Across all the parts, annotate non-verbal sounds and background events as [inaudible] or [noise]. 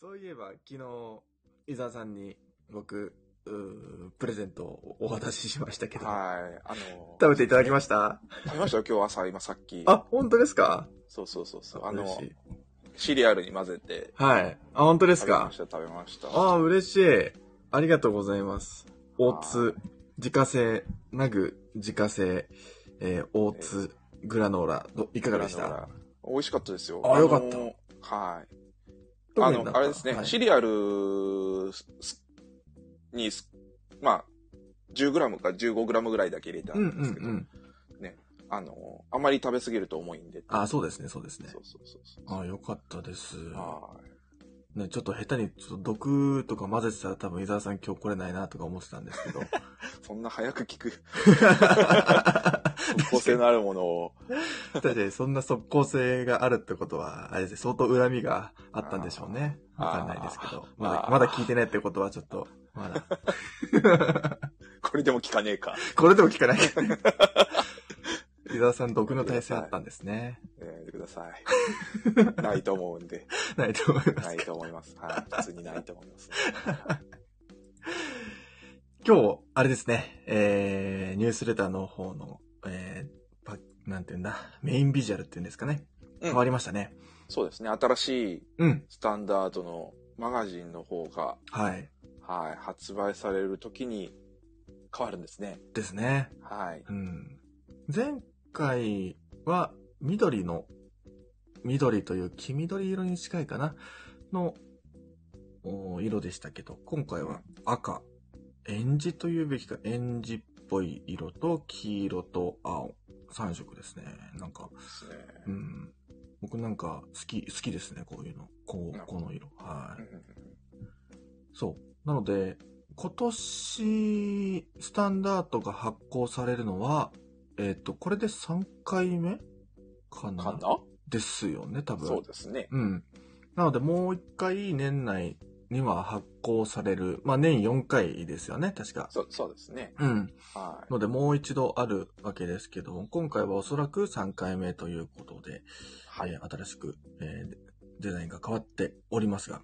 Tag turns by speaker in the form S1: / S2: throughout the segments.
S1: そういえば、昨日、伊沢さんに僕、うープレゼントをお渡ししましたけど、
S2: はい。あの、
S1: 食べていただきました
S2: 食べましたよ、今日朝、今さっき。
S1: あ、本当ですか
S2: そうそうそうそう。あの
S1: 嬉、しい
S2: シリアルに混ぜて。
S1: はい。あ、本当です
S2: 食べま
S1: か
S2: した、食べました。
S1: あー、嬉しい。ありがとうございます。大津、自家製、ナグ、自家製、えー、大津、グラノーラ、どいかがでし
S2: だか
S1: た
S2: ら美味しかったですよ。。
S1: あよかった
S2: はい。
S1: 特
S2: あ
S1: になん
S2: の、
S1: か
S2: あれですね、
S1: はい
S2: シリアルすすにす、まあ、10g か 15g ぐらいだけ入れてあ
S1: う
S2: る
S1: んうん
S2: ですけど、
S1: ん
S2: あの、あまり食べ過ぎると重いんで。
S1: うん。あ、そうですね、そうですね
S2: そ。うそうそうそう。
S1: あ、よかったです。
S2: はい
S1: ね、ちょっと下手にちょっと毒とか混ぜてたら多分伊沢さん今日来れないなとか思ってたんですけ
S2: [laughs]
S1: ど。
S2: そんな早く聞く、
S1: 確
S2: 即効性のあるものを。
S1: かにそんな即効性があるってことは、あれですね、相当恨みがあったんでしょうね。
S2: あー
S1: わかんないですけど。
S2: ー
S1: まだ
S2: あ、ー
S1: まだ聞いてないってことはちょっと、まだ。
S2: [laughs] これでも聞かねえか。
S1: これでも聞か
S2: [laughs]
S1: ない。伊沢さん毒の耐性あったんですね。
S2: やめてくださ
S1: [laughs]
S2: い。ないと思うんで。
S1: ないと思いま
S2: な
S1: す
S2: い。と思います。はい。普通にないと思います。
S1: 今日、あれですね、えー、ニュースレターの方の、えー、パなんていうんだ、メインビジュアルっていうんですかね。
S2: うん
S1: 変わりましたね。
S2: そうですね。新しい
S1: うん。
S2: スタンダードのマガジンの方が、
S1: はい。
S2: はい、発売される時に変わるんですね。
S1: ですね。
S2: はい。
S1: うん。前回は、緑の、緑という黄緑色に近いかな、の、お色でしたけど、今回は赤。エンジというべきか、エンジっぽい色と、黄色と青。3色ですね。なんか、
S2: ですね。
S1: うん。僕なんか、好き、好きですね、こういうの。こう、この色。はい。そう。なので、今年、スタンダードが発行されるのは、えっ、と、これで3回目かな
S2: かな
S1: ですよね、多分。
S2: そうですね。
S1: うん。なので、もう1回年内には発行される。まあ、年4回ですよね、確か。
S2: そうそうですね。
S1: うん。
S2: はい。
S1: ので、もう一度あるわけですけども、今回はおそらく3回目ということで、
S2: はい
S1: えー新しく、えーデデザインが変わっておりますが、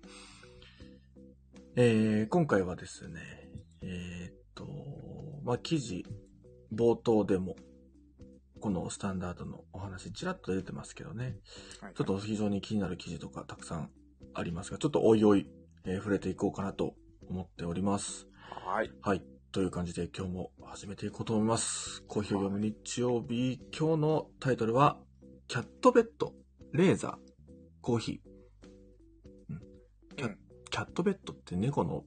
S1: えー今回はですね、えーっと、まあ、記事、冒頭でも、このスタンダードのお話、ちらっと出てますけどね、
S2: はい
S1: ちょっと非常に気になる記事とかたくさんありますが、ちょっとおいおい、えー触れていこうかなと思っております。
S2: はい。
S1: はい。という感じで今日も始めていこうと思います。コーヒーを読む日曜日、今日のタイトルは、キャットベッド、レーザー、コーヒー。うんキャ,、
S2: うん
S1: キャットベッドって猫の、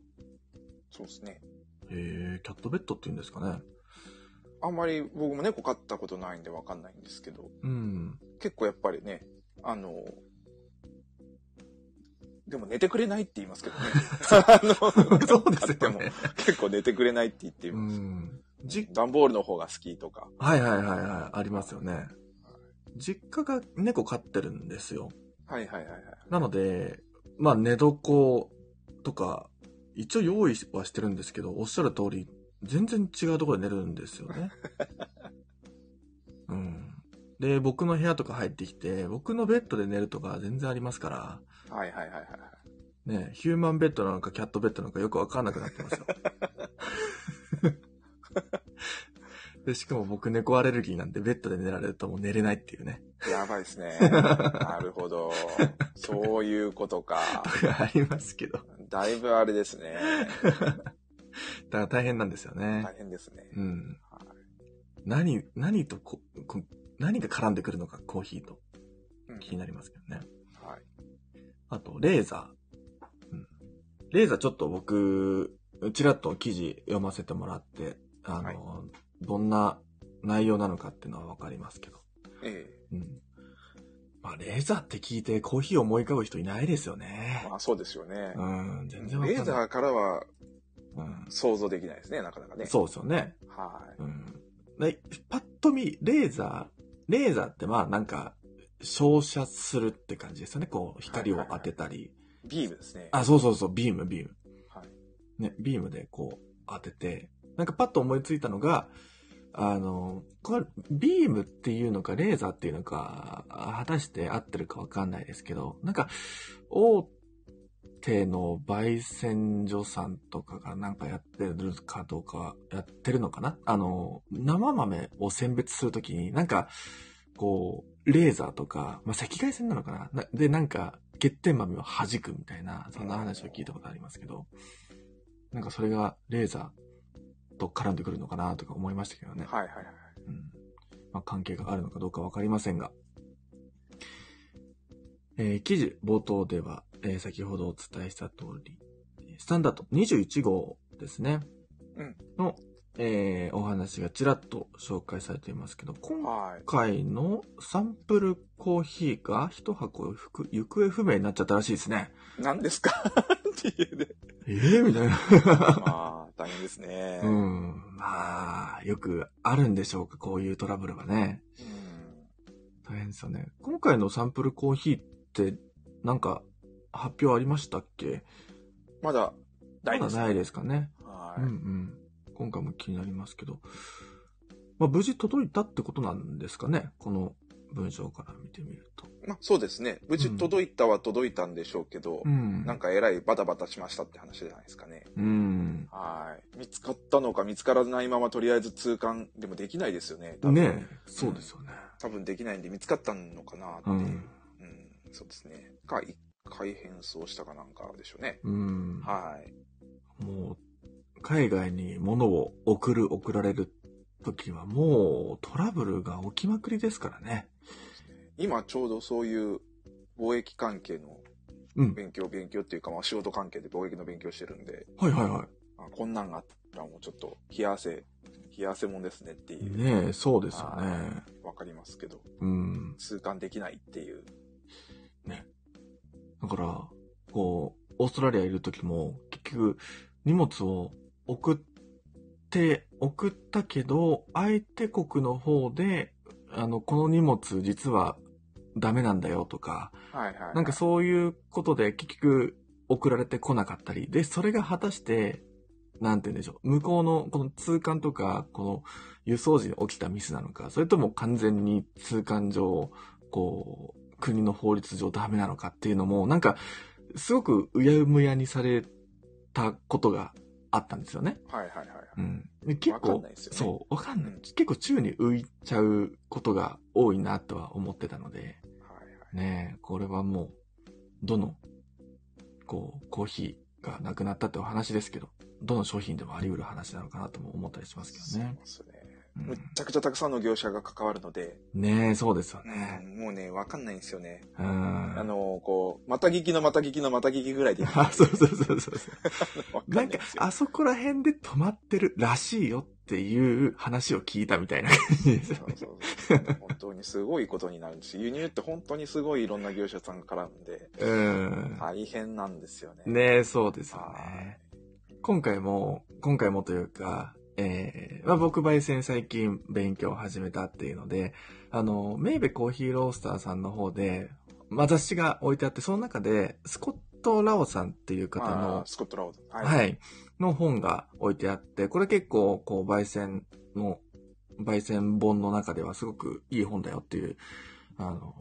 S2: そうですね。
S1: えー、キャットベッドって言うんですかね。
S2: あんまり僕も猫飼ったことないんでわかんないんですけど、
S1: うん。
S2: 結構やっぱりね、あの、でも寝てくれないって言いますけどね。あの
S1: [laughs] [laughs] そうですよね
S2: でも結構寝てくれないって言っていうます。
S1: ん。じ、
S2: 段ボールの方が好きとか。
S1: はいはいはいはい、ありますよね。実家が猫飼ってるんですよ。
S2: はいはいはいはい。
S1: なので、まあ寝床とか、一応用意はしてるんですけど、おっしゃる通り、全然違うところで寝るんですよね。うん。で、僕の部屋とか入ってきて、僕のベッドで寝るとか全然ありますから、
S2: はいはいはいはい。
S1: ね、ヒューマンベッドなのかキャットベッドなのかよくわかんなくなってますよ。でしかも僕猫アレルギーなんでベッドで寝られるともう寝れないっていうね。 [laughs]
S2: やばいですね。なるほど。そういうことか。
S1: ありますけど。
S2: だいぶあれですね。
S1: だから大変なんですよね。
S2: 大変ですね。
S1: うん
S2: は。
S1: 何、何とこ、こ何が絡んでくるのか、コーヒーと
S2: うん
S1: 気になりますけどね。
S2: はい。
S1: あと、レーザー。うん。レーザーちょっと僕、ちらっと記事読ませてもらって、あの、
S2: はい
S1: どんな内容なのかっていうのはわかりますけど。
S2: え
S1: うん。まあ、レーザーって聞いてコーヒーを思い浮かぶ人いないですよ
S2: え
S1: ね。
S2: まあそうですよね。
S1: うん、全然わ
S2: レ
S1: か
S2: ー
S1: んな
S2: ザ
S1: い。
S2: ーからは
S1: うん
S2: 想像できないですね、なかなかね。
S1: そうですよね。
S2: う。はい。
S1: うん。でパッと見、レーザー、レーザーってまあなんか、照射するって感じですよね。こう、光を当てたり。
S2: ビームですね。
S1: あ、そうそうそう、ビーム、ビーム。
S2: はい。
S1: ね、ビームでこう、当てて。なんかパッと思いついたのが、あの、これ、ビームっていうのか、レーザーっていうのか、あ果たして合ってるかわかんないですけど、なんか、大帝の焙煎所さんとかがなんかやってるかどうか、やってるのかなあの、生豆を選別するときに、なんか、こう、レーザーとか、まあ、赤外線なのかななで、なんか、欠点豆を弾くみたいな、そんな話を聞いたことありますけど、なんかそれがレーザーと絡んでくるのかなとか思いましたけどね。
S2: はいはいはい。
S1: うんまあ、関係があるのかどうかわかりませんが、えー記事冒頭では、えー先ほどお伝えした通り、えースタンダード21号ですね。
S2: うん
S1: の、えーお話がちらっと紹介されていますけど、今
S2: はい。
S1: 回のサンプルコーヒーが一箱ふく行方不明になっちゃったらしいですね。
S2: 何ですか [laughs] っていうね。
S1: えー、みたい
S2: [laughs]
S1: な。
S2: まあ、大変ですね。
S1: う
S2: うん
S1: ん。まあ、よくあるんでしょうか、こういうトラブルはね。大変ですよね。今回のサンプルコーヒーって、なんか、発表ありましたっけ
S2: まだ、大
S1: ま
S2: 変で
S1: だ
S2: す。
S1: ないですかね。
S2: は
S1: うんうん。今回も気になりますけど。まあ、無事届いたってことなんですかね。この文章から見てみると。
S2: い。まあ、そうですね。無事届いたは届いたんでしょうけど、
S1: うん。
S2: なんかえらいバタバタしましたって話じゃないですかね。
S1: うん。
S2: はい。見つかったのか見つからないままとりあえず通関でもできないですよね。多分
S1: ねえ、そうですよね。
S2: 多分できないんで見つかったのかなって
S1: う
S2: いう。
S1: ん。
S2: うん、そうですね。か、一回変装したかなんかでしょうね。
S1: うん。
S2: はい。
S1: もう、海外に物を送る、送られる時は、もうトラブルが起きまくりですからね。
S2: 今ちょうどそういう貿易関係の
S1: うん。
S2: 勉強、勉強っていうか、まあ仕事関係で貿易の勉強してるんで、
S1: はいはいはい。
S2: あこんなんがあったらもうちょっと冷や汗、冷や汗もんですねっていう。
S1: ねえ、そうですよね。
S2: わかりますけど、
S1: うん。
S2: 通関できないっていう。
S1: だから、こう、オーストラリアいる時も、結局、荷物を送って、送ったけど、相手国の方で、あの、この荷物実はダメなんだよとか、
S2: はいはい。
S1: なんかそういうことで結局送られてこなかったり、で、それが果たして、なんて言うんでしょう、向こうのこの通関とか、この輸送時に起きたミスなのか、それとも完全に通関上、こう、国の法律上ダメなのかっていうのも、なんか、すごくうやむやにされたことがあったんですよね。
S2: はいはいはいはい。
S1: うん。で結
S2: わかん
S1: 構
S2: ないですよね
S1: そう、わかんない。
S2: うん
S1: 結構宙に浮いちゃうことが多いなとは思ってたので。
S2: はいはい。
S1: ねえ、これはもう、どの、こう、コーヒーがなくなったってお話ですけど、どの商品でもあり得る話なのかなとも思ったりしますけどね。
S2: そうですね。
S1: うん
S2: むっちゃくちゃたくさんの業者が関わるので、
S1: ねえ、そうですよね。
S2: もうね、わかんないんですよね。
S1: うん。
S2: あ
S1: あ、
S2: の、こう、また聞きのまた聞きのまた聞きぐらいで。
S1: [laughs] そうそうそうそう。
S2: [laughs] わかんな
S1: ないん
S2: んで
S1: か
S2: す、よ。
S1: あそこら辺で止まってるらしいよっていう話を聞いたみたいな感じですよ
S2: そう
S1: ね。
S2: そうそう本当にすごいことになるし、輸入って本当にすごいいろんな業者さんが絡んで、
S1: うん。
S2: 大変なんですよね。
S1: ねえ、そうですよ
S2: は
S1: ね。今回も、今回もというか、えーまあ、僕焙煎最近勉強を始めたっていうので、あの、メイベコーヒーロースターさんの方で、まあ、雑誌が置いてあって、その中で、スコット・ラオさんっていう方
S2: あ
S1: の
S2: ー、スコットラウド。は。
S1: はいい、の本が置いてあって、これ結構、こう、焙煎の、焙煎本の中ではすごくいい本だよっていう、あの、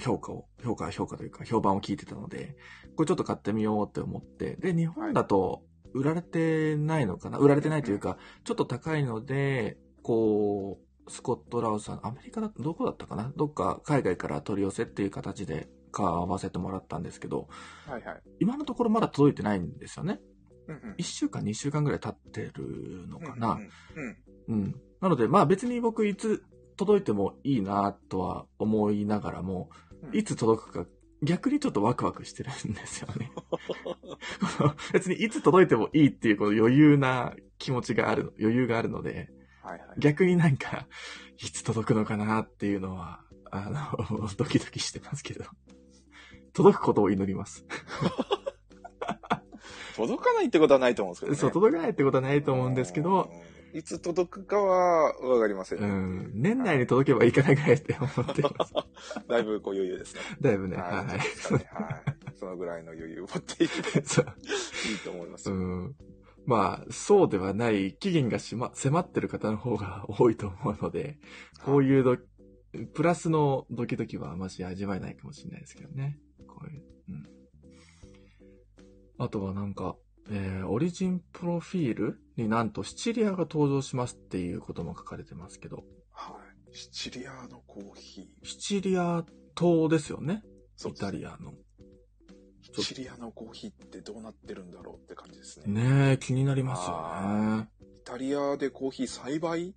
S1: 評価を、評価、評価というか、評判を聞いてたので、これちょっと買ってみようって思って、で、日本だと売られてないのかな、売られてないというか、ちょっと高いので、こう、スコット・ラウさん、アメリカだどこだったかなどっか海外から取り寄せっていう形で買わせてもらったんですけど、
S2: はいはい。
S1: 今のところまだ届いてないんですよね。
S2: うんうん
S1: 1週間、2週間ぐらい経ってるのかな。
S2: うんうん。
S1: うん。なので、まあ別に僕いつ届いてもいいなとは思いながらも、
S2: うん
S1: いつ届くか逆にちょっとワクワクしてるんですよ
S2: [laughs]
S1: ね。 [laughs] この別にいつ届いてもいいっていうこの余裕な気持ちがある、余裕があるので、
S2: はいはい。
S1: 逆になんか、いつ届くのかなっていうのは、あの、 [laughs] ドキドキしてますけど。届くことを祈ります。
S2: 届かないってことはないと思うんですけどね。
S1: そう、届かないってことはないと思うんですけど、
S2: うん、いつ届くかはわかりません
S1: う
S2: ねっていう、
S1: ん、年内に届けばいいかなぐらいって思って
S2: [laughs]
S1: ます。
S2: だいぶこう余裕ですね。
S1: だいぶね、
S2: はい
S1: は
S2: そうですかねはい。そのぐらいの余裕を持っていけばい
S1: い。そう。
S2: いと思います
S1: う
S2: よ。
S1: ん。まあ、そうではない、期限がしま、迫ってる方の方が多いと思うので、こういうど、プラスのドキドキはあまし味わえないかもしれないですけどね。こういう。うん。あとはなんか、えーオリジンプロフィールになんとシチリアが登場しますっていうことも書かれてますけど、
S2: はい。シチリアのコーヒー。
S1: シチリア島ですよね
S2: そ
S1: イ
S2: うです
S1: タリアの。
S2: シチリアのコーヒーってどうなってるんだろうって感じですね。
S1: ねえ、気になりますよね。
S2: イタリアでコーヒー栽培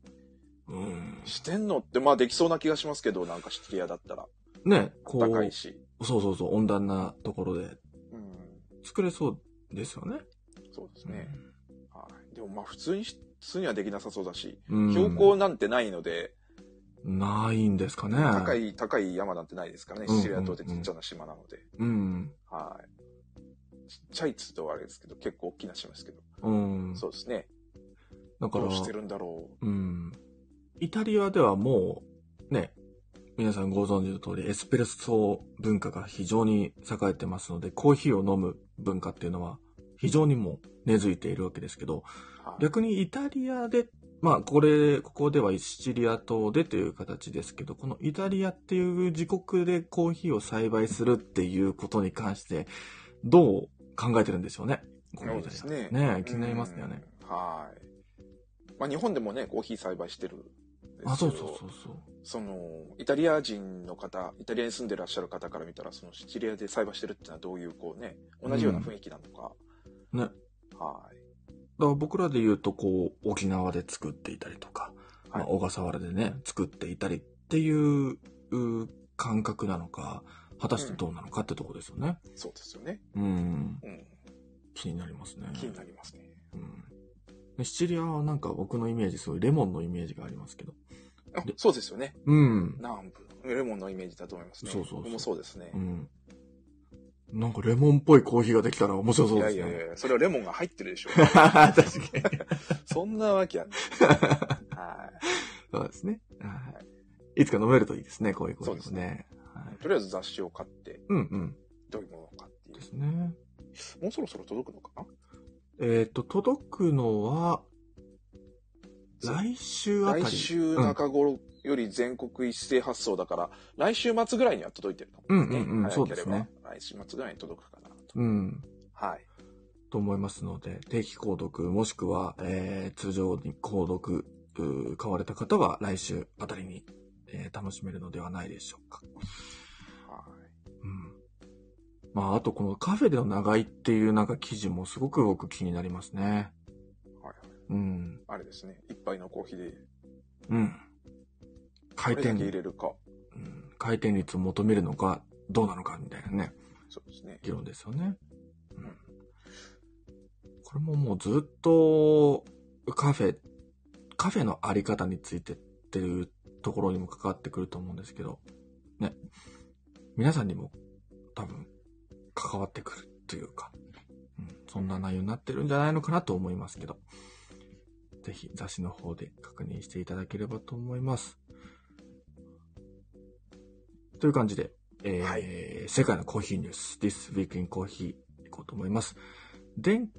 S1: うん。
S2: してんのって、まあできそうな気がしますけど、なんかシチリアだったら。
S1: ねえ、こ、
S2: 高いうし。
S1: そうそうそう、温暖なところで
S2: うん。
S1: 作れそうですよね。
S2: そうですね。はい。でもまあ普通にし、普通にはできなさそうだし、
S1: うん。
S2: 標高なんてないので、
S1: ないんですかね。
S2: 高。い、高い山なんてないですからね。
S1: うん
S2: シチリア島ってちっちゃな島なので。
S1: うん。
S2: はい。ちっちゃいっつうとあれですけど、結構大きな島ですけど。
S1: うん。
S2: そうですね。
S1: だから
S2: どう、してるんだろ
S1: う
S2: う。
S1: ん。イタリアではもう、ね、皆さんご存知の通り、エスプレッソ文化が非常に栄えてますので、コーヒーを飲む文化っていうのは非常にもう根付いているわけですけど、
S2: はい。
S1: 逆にイタリアで、まあ、これ、ここではシチリア島でという形ですけど、このイタリアっていう自国でコーヒーを栽培するっていうことに関して、どう考えてるんでしょうね。このイタリア
S2: そうです
S1: ねえ気になりますよね。
S2: うん。はい。まあ日本でもね、コーヒー栽培してるんですけど。
S1: あ、そうそうそうそう。
S2: その、イタリア人の方、イタリアに住んでらっしゃる方から見たら、そのシチリアで栽培してるってのはどういう、こうね、同じような雰囲気なのか。
S1: うんね。
S2: はい。
S1: だから僕らで言うと、こう、沖縄で作っていたりとか、
S2: はい
S1: まあ、小笠原でね、作っていたりっていうう感覚なのか、果たしてどうなのかってとこですよね。
S2: そうですよね。
S1: うん。
S2: うん。
S1: 気になりますね。
S2: 気になりますね。
S1: うん。でシチリアはなんか僕のイメージ、すごいレモンのイメージがありますけど。
S2: あ
S1: で、
S2: そうですよね。
S1: うん。
S2: 南部。レモンのイメージだと思いますね。
S1: そうそうそう
S2: 僕もそうですね。
S1: うん。なんかレモンっぽいコーヒーができたら面白そ
S2: いう
S1: で
S2: や
S1: すね。
S2: いやいや、それはレモンが入ってるでしょ。
S1: 確 [laughs] かに。
S2: そんなわけやね。は
S1: そうですね。はい。いつか飲めるといいですね、こういうコーヒーも
S2: そうですね
S1: はい
S2: い。。とりあえず雑誌を買って、
S1: うんうん。
S2: どういうものかってい
S1: で
S2: う。
S1: すね。
S2: もうそろそろ届くのかな
S1: えっ、と、届くのは、来週あたり。
S2: 来週中頃より全国一斉発送だから、来週末ぐらいには届いてると思
S1: うんうんうん
S2: 早ければ
S1: そうですね
S2: 来週末ぐらいに届くかなと。
S1: うん。
S2: はい。
S1: と思いますので、定期購読、もしくは、えー通常に購読、うー買われた方は来週あたりに、えー楽しめるのではないでしょうか。
S2: は
S1: うん。まあ、あとこのカフェでの長いっていうなんか記事もすごく僕気になりますね。
S2: い。はい。
S1: うん。
S2: あれですね。一杯のコーヒーで、
S1: うん。
S2: ど
S1: 回
S2: れだ
S1: 転、
S2: け入れるか。
S1: うん回転率を求めるのか、どうなのかみたいなね。
S2: そうですね。
S1: 議論ですよね。うんん。これももうずっとカフェ、カフェのあり方についてっていうところにも関わってくると思うんですけど、ね。皆さんにも多分関わってくるというか、うん、そんな内容になってるんじゃないのかなと思いますけど、ぜひ雑誌の方で確認していただければと思います。という感じで、えー
S2: は
S1: 世界のコーヒーニュース、This Week in Coffee いこうと思います。伝、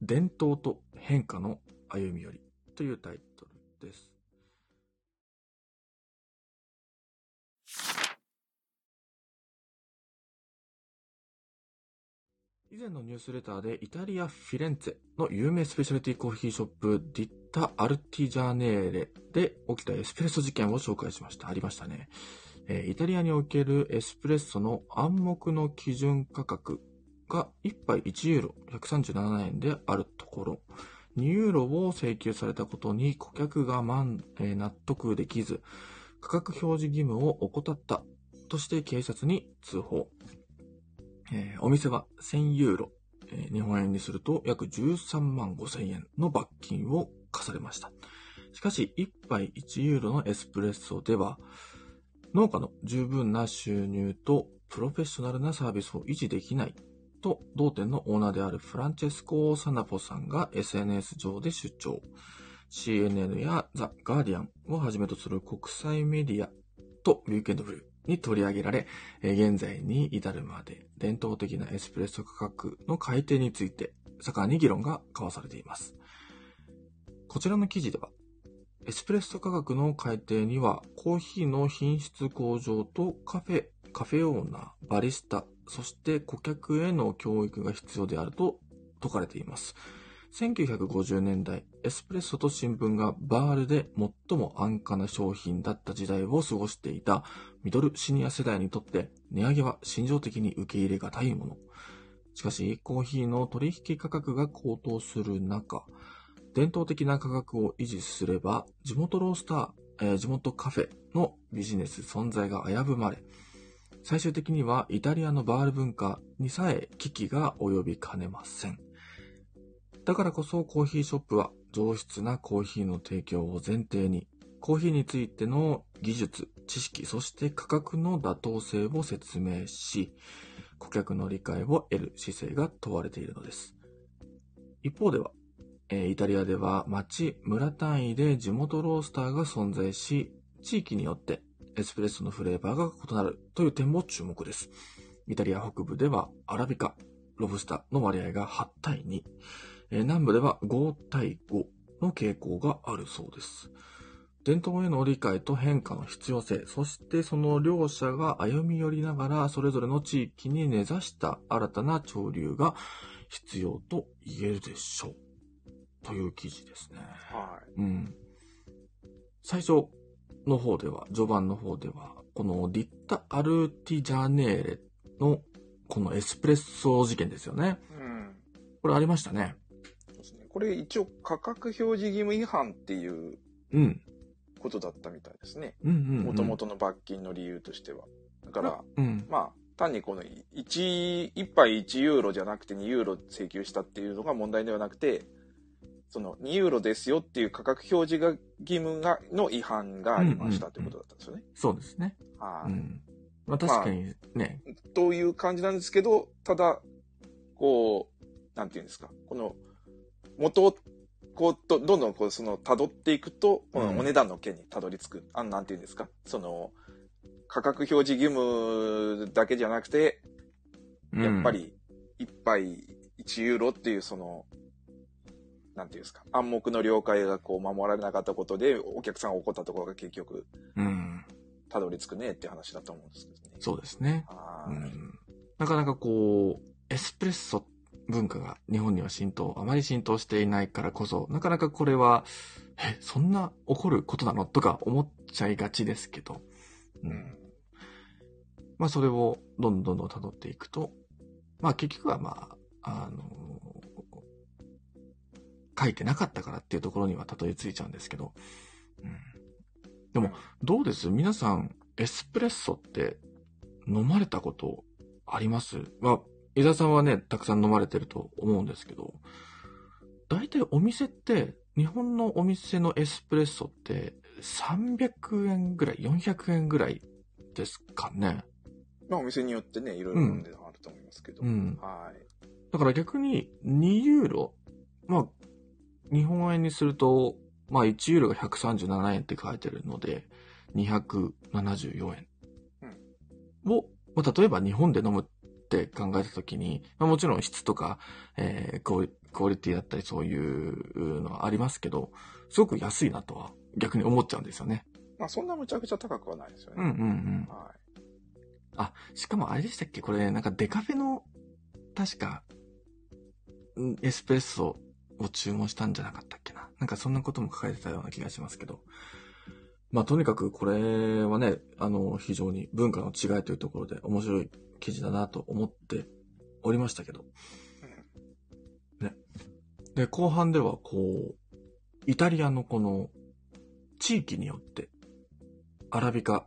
S1: 伝統と変化の歩み寄りというタイトルです。以前のニュースレターでイタリア・フィレンツェの有名スペシャリティコーヒーショップディッタ・アルティジャーネーレで起きたエスプレッソ事件を紹介しました。ありましたね。えーイタリアにおけるエスプレッソの暗黙の基準価格が1杯1ユーロ137円であるところ、2ユーロを請求されたことに顧客が満、えー納得できず、価格表示義務を怠ったとして警察に通報。えーお店は1000ユーロ、えー日本円にすると約13万5000円の罰金を課されました。しかし、1杯1ユーロのエスプレッソでは、農家の十分な収入とプロフェッショナルなサービスを維持できないと、同店のオーナーであるフランチェスコ・サナポさんが SNS 上で主張。CNN やザ・ガーディアンをはじめとする国際メディアとウィークエンドブルーに取り上げられ、えー現在に至るまで伝統的なエスプレッソ価格の改定について盛んに議論が交わされています。こちらの記事では、エスプレッソ価格の改定にはコーヒーの品質向上とカフェ、カフェオーナー、バリスタ、そして顧客への教育が必要であると説かれています。1950年代、エスプレッソと新聞がバールで最も安価な商品だった時代を過ごしていたミドルシニア世代にとって値上げは心情的に受け入れがたいもの。しかし、コーヒーの取引価格が高騰する中、伝統的な価格を維持すれば、地元ロースター、えー地元カフェのビジネス存在が危ぶまれ、最終的にはイタリアのバール文化にさえ危機が及びかねません。だからこそコーヒーショップは上質なコーヒーの提供を前提に、コーヒーについての技術、知識、そして価格の妥当性を説明し、顧客の理解を得る姿勢が問われているのです。一方では、えーイタリアでは町、村単位で地元ロースターが存在し、地域によってエスプレッソのフレーバーが異なるという点も注目です。イタリア北部ではアラビカ、ロブスターの割合が8対2、えー南部では5対5の傾向があるそうです。伝統への理解と変化の必要性、そしてその両者が歩み寄りながら、それぞれの地域に根ざした新たな潮流が必要と言えるでしょう。という記事ですね。
S2: は
S1: うん。最初の方では、序盤の方では、このリッタ・アルティジャネーレのこのエスプレッソ事件ですよね。
S2: い。うん。
S1: これありましたね。
S2: そうですね。これ一応価格表示義務違反っていう
S1: うん。
S2: ことだったみたいですね。
S1: うんうん、うん。
S2: もともとの罰金の理由としては。だから、
S1: うん。
S2: まあ、単にこの1、1杯1ユーロじゃなくて2ユーロ請求したっていうのが問題ではなくて、その2ユーロですよっていう価格表示が義務がの違反がありましたということだったんですよね。
S1: そうですね。
S2: は
S1: う
S2: い
S1: ん。まあ確かにね、
S2: という感じなんですけど、ただ、こう、なんていうんですか、この、元を、こう、どどんどんこう、その、辿っていくと、こ
S1: うん
S2: のお値段の件に辿り着く。あなんていうんですか、その、価格表示義務だけじゃなくて、やっぱり、一杯1ユーロっていう、その、なんていうんですか、暗黙の了解がこう、守られなかったことで、お客さんが怒ったところが結局、
S1: うん、うん。
S2: 辿り着くねって話だと思うんですけどね。
S1: そうですね。
S2: は
S1: う
S2: い
S1: ん。なかなかこう、エスプレッソ文化が日本には浸透、あまり浸透していないからこそ、なかなかこれは、え、そんな起こることなのとか思っちゃいがちですけど、う。
S2: うんん
S1: まあそれをどんどんどんどん辿っていくと、まあ結局はまあ、あのー書いてなかったからっていうところにはたどり着いちゃうんですけど、うん、でも、どうです皆さん、エスプレッソって飲まれたことありますまあ、伊沢さんはね、たくさん飲まれてると思うんですけど、大体お店って、日本のお店のエスプレッソって300円ぐらい、400円ぐらいですかね。
S2: まあ、お店によってね、いろいろ飲んでるのあると思いますけど。
S1: うん。
S2: はい。
S1: だから逆に2ユーロ、まあ、日本円にすると、まあ1ユーロが137円って書いてるので、274円を、まあ、例えば日本で飲むって考えたときに、まあ、もちろん質とか、えークオリ、クオリティだったりそういうのはありますけど、すごく安いなとは逆に思っちゃうんですよね。
S2: まあ、そんなむちゃくちゃ高くはないですよ
S1: うんうんう
S2: ね。
S1: ん。
S2: は
S1: あ、しかもあれでしたっけこれ、なんかデカフェの、確か、んエスプレッソを注文したんじゃなかったっけな。なんかそんなことも書かれてたような気がしますけど。まあ、とにかくこれはね、あの、非常に文化の違いというところで面白い記事だなと思っておりましたけど。ね。で、後半ではこう、イタリアのこの、地域によって、アラビカ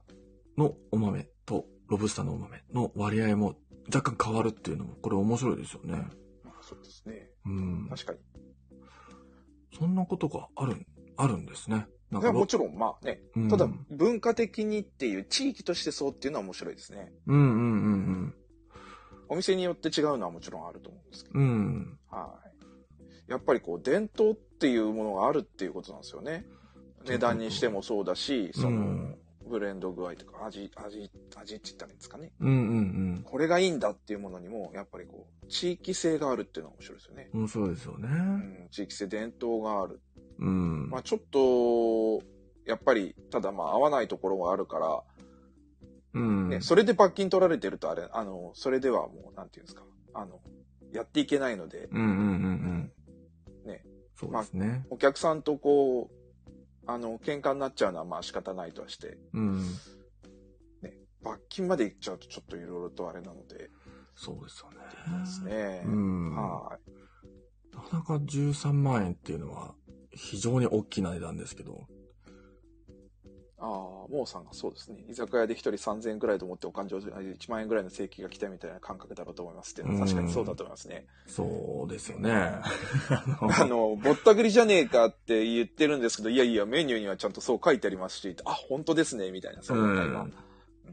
S1: のお豆とロブスターのお豆の割合も若干変わるっていうのも、これ面白いですよね。
S2: い。まあ、そうですね。
S1: うん。
S2: 確かに。
S1: そんなことがある、あるんですね。なん
S2: いや
S1: か
S2: もちろん、まあね。
S1: うん
S2: ただ、文化的にっていう、地域としてそうっていうのは面白いですね。
S1: うんうんうん
S2: お店によって違うのはもちろんあると思うんですけど。
S1: うん。うん。
S2: はい。やっぱりこう、伝統っていうものがあるっていうことなんですよね。値段にしてもそうだし、その、
S1: うん
S2: ブレンド具合とか、味、味、味って言ったらいいんですかね。
S1: うんうん
S2: これがいいんだっていうものにも、やっぱりこう、地域性があるっていうのは面白いですよね。
S1: うん。面白いですよね。
S2: うん、地域性、伝統がある。
S1: うん。
S2: まあちょっと、やっぱり、ただまあ合わないところがあるから、
S1: うん。
S2: ね、それで罰金取られてるとあれ、あの、それではもう、なんていうんですか、あの、やっていけないので、
S1: うんうんうんうん。
S2: ね。
S1: そうですね。
S2: お客さんとこう、あの、喧嘩になっちゃうのはまあ仕方ないとはして、
S1: うん。
S2: 罰金までいっちゃうとちょっといろいろとあれなので、
S1: そうですよね。
S2: ですね。
S1: うん。な
S2: はい。
S1: かなか13万円っていうのは非常に大きな値段ですけど。
S2: ああ、もうさんがそうですね。居酒屋で一人3000円ぐらいと思ってお勘定じゃない1万円ぐらいの請求が来たみたいな感覚だろうと思いますっていうのは確かにそうだと思いますね。
S1: そうです
S2: [laughs]
S1: よね。あの
S2: あの、ぼったくりじゃねえかって言ってるんですけど、いやいや、メニューにはちゃんとそう書いてありますし、あ、本当ですね、みたいな、そう思ったりは
S1: うん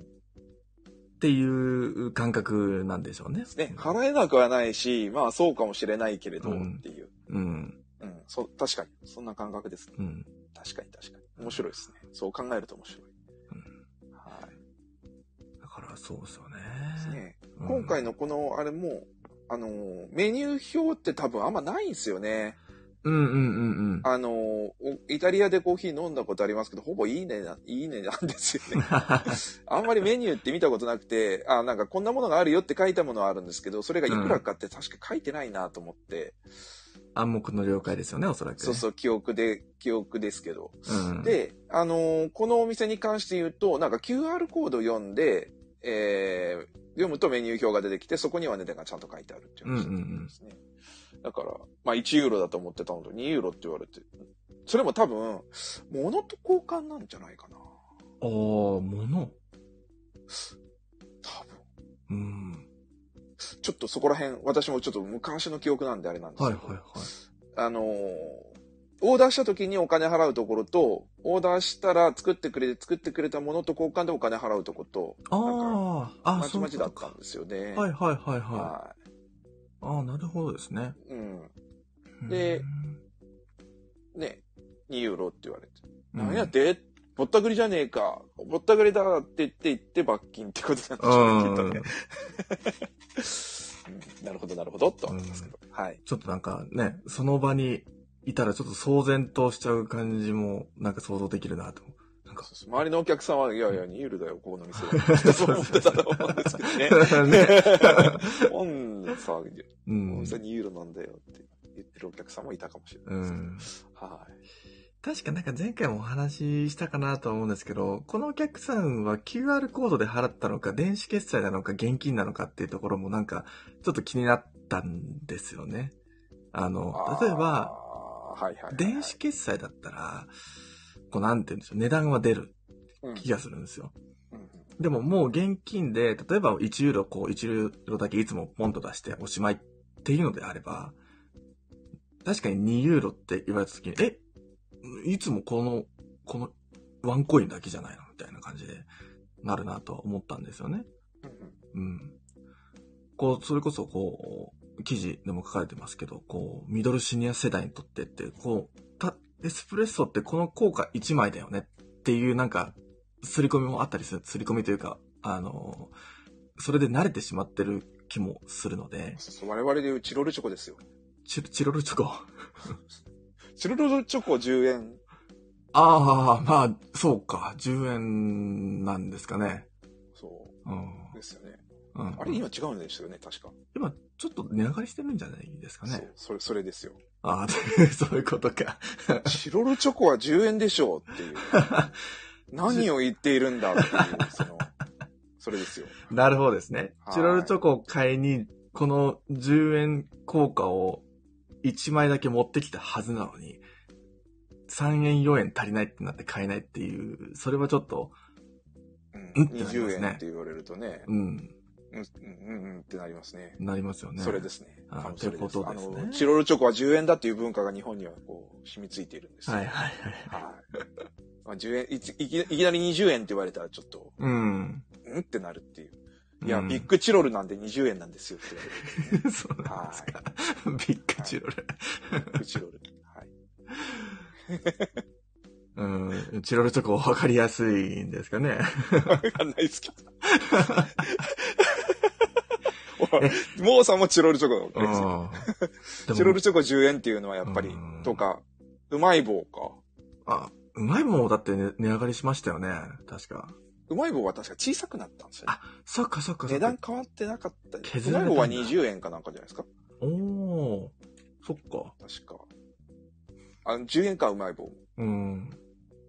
S1: っていう感覚なんでしょうね。
S2: ね、払えなくはないし、まあそうかもしれないけれど、
S1: うん
S2: っていう。
S1: うん。
S2: うん、そう、確かに。そんな感覚ですね。
S1: うん。
S2: 確かに確かに。面白いですね。そう考えると面白い。はい。
S1: だからそうですよね。
S2: ですね。
S1: うん
S2: 今回のこの、あれも、あのー、メニュー表って多分あんまないんですよね。
S1: うんうんうんうん。
S2: あのー、おイタリアでコーヒー飲んだことありますけど、ほぼいいねな、いいねなんですよね。
S1: [laughs]
S2: あんまりメニューって見たことなくて、あ、なんかこんなものがあるよって書いたものはあるんですけど、それがいくらかって確か書いてないなと思って、
S1: 暗黙の了解ですよね、おそらく。
S2: そうそう、記憶で、記憶ですけど。
S1: うん。
S2: で、あのーこのお店に関して言うと、なんか QR コード読んで、えー読むとメニュー表が出てきて、そこには値段がちゃんと書いてあるっていう話だったんですね。だから、まあ1ユーロだと思ってたのと2ユーロって言われて、それも多分、物と交換なんじゃないかな。
S1: ああ、物。
S2: 多分。
S1: うん。
S2: ちょっとそこら辺、私もちょっと昔の記憶なんであれなんです
S1: は
S2: け
S1: い
S2: ど、
S1: はいはい。
S2: あのーオーダーした時にお金払うところと、オーダーしたら作ってくれて、作ってくれたものと交換でお金払うところと、
S1: ああ、あ
S2: まちまちだ
S1: う
S2: っ
S1: か
S2: たんですよね。
S1: はいはいはいは。
S2: はい
S1: ああ、なるほどですね。
S2: い。うん。でね、2ユーロって言われて。
S1: うん、
S2: なんやってぼったくりじゃねえか。ぼったくりだって言って言って罰金ってことなんでしょうね、きっとね。うん [laughs] なるほど、なるほど、と思いますけど。はい。
S1: ちょっとなんかね、その場にいたらちょっと騒然としちゃう感じもなんか想像できるなと。なんか。
S2: 周りのお客さんは、いやいや、2ユーロだよ、ここの店
S1: [laughs]
S2: は。そう思ってたと思うんですけどね。 [laughs]
S1: ね。
S2: うん、騒ぎで。
S1: う
S2: お
S1: ん。
S2: 店2ユーロなんだよって言ってるお客さんもいたかもしれな
S1: う
S2: いですけど。
S1: ん、
S2: はい。
S1: 確かなんか前回もお話ししたかなとは思うんですけど、このお客さんは QR コードで払ったのか、電子決済なのか、現金なのかっていうところもなんか、ちょっと気になったんですよね。あの、例えば、
S2: あー、はいはいはいはい
S1: 電子決済だったら、こうなんて言うんでしょう、値段は出る
S2: うん
S1: 気がするんですよ。
S2: うん
S1: でももう現金で、例えば1ユーロ、こう1ユーロだけいつもポンと出しておしまいっていうのであれば、確かに2ユーロって言われた時に、え、いつもこの、このワンコインだけじゃないのみたいな感じでなるなとは思ったんですよね。
S2: うんうん
S1: うん。こう、それこそこう、記事でも書かれてますけど、こう、ミドルシニア世代にとってって、こう、た、エスプレッソってこの効果1枚だよねっていうなんか、刷り込みもあったりする、刷り込みというか、あのそれで慣れてしまってる気もするので、
S2: そうそう我々で言うチロルチョコですよ。
S1: チロチロルチョコ。
S2: チロルチョコ10円。
S1: ああ、まあ、そうか、10円なんですかね。
S2: そ
S1: うん。
S2: う。ですよね。
S1: うん、
S2: あれ今違うんでしたよね、確か。
S1: 今、ちょっと値上がりしてるんじゃないですか
S2: そう
S1: ね。
S2: それ、それですよ。
S1: ああ、 [laughs] そういうことか。
S2: チロルチョコは10円でしょうって
S1: [laughs]
S2: いう。何を言っているんだっていう、その、それですよ。
S1: なるほどですね
S2: は。い
S1: チロルチョコを買いに、この10円硬貨を1枚だけ持ってきたはずなのに、3円4円足りないってなって買えないっていう、それはちょっと、
S2: うん
S1: うんってなりますね
S2: 20円って言われるとね、
S1: うん、
S2: うん、うん、うんうんってなりますね。
S1: なりますよね。
S2: それですね。
S1: あー
S2: 多分それ
S1: ということですね
S2: あの、チロルチョコは10円だっていう文化が日本にはこう、染みついているんですよ。
S1: はいはいはい。
S2: はい。まあ、10円いついき、いきなり20円って言われたらちょっと、
S1: うん。
S2: うんってなるっていう。いや、
S1: うん
S2: ビッグチロルなんで20円なんですよって言われて
S1: そうなんですか。ビッグチロル。
S2: ビッグチロル。はい。
S1: うん。チロルチョコ分かりやすいんですかね。
S2: わかんないですけど。ほらモーさんもチロルチョコだもんね
S1: うん
S2: チロルチョコ10円っていうのはやっぱり
S1: うん、
S2: とか、うまい棒か。
S1: あ、うまいもんだってね値上がりしましたよね。確か。
S2: うまい棒は確か小さくなったんですよ、ね。
S1: そっかそっかそ
S2: 値
S1: っか
S2: 段。変わってなかった。
S1: 削
S2: う
S1: ら
S2: ま
S1: れ
S2: い
S1: たん
S2: 棒
S1: だ
S2: は20円かなんかじゃないですか
S1: おおーそっか。
S2: 確か。あの、10円か、うまい棒。
S1: うん。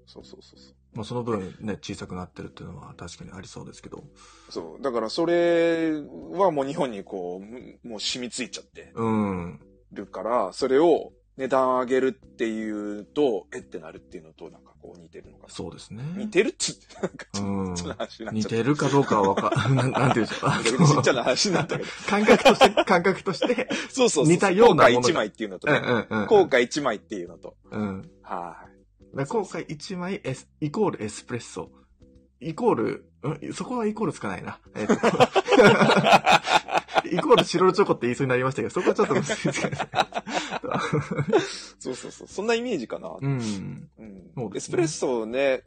S2: そうそうそうそ
S1: まあその分ね、小さくなってるっていうのは確かにありそうですけど。
S2: う。そう。だから、それはもう日本にこうむ、もう染みついちゃって
S1: うん。
S2: るから、それを値段上げるっていうと、えってなるっていうのと、なんかこう似てるのかな。
S1: そうですね。
S2: 似てるっつって、なんかち
S1: う
S2: ょ
S1: ん
S2: っと話になっちゃった。
S1: 似てるかどうかはわか、な [laughs] なんていうんでしょう。あ
S2: なんかちっちゃ
S1: の
S2: な話に
S1: [laughs]
S2: なったけど。
S1: 感覚として、感覚と
S2: [laughs]
S1: して。
S2: そうそうそう。
S1: 似たようなものが
S2: 効果1枚っていうのと
S1: うんう
S2: ね、
S1: んうん。
S2: 効果1枚っていうのと。
S1: うん。
S2: はい。
S1: だから今回1枚エス、イコールエスプレッソ。イコール、んそこはイコールつかないな。えっと、 [laughs] イコール白チョコって言いそうになりましたけど、そこはちょっと難しいですけど。
S2: そうそうそう。そんなイメージかな。
S1: うん。
S2: うん
S1: そうですね
S2: エスプレッソね、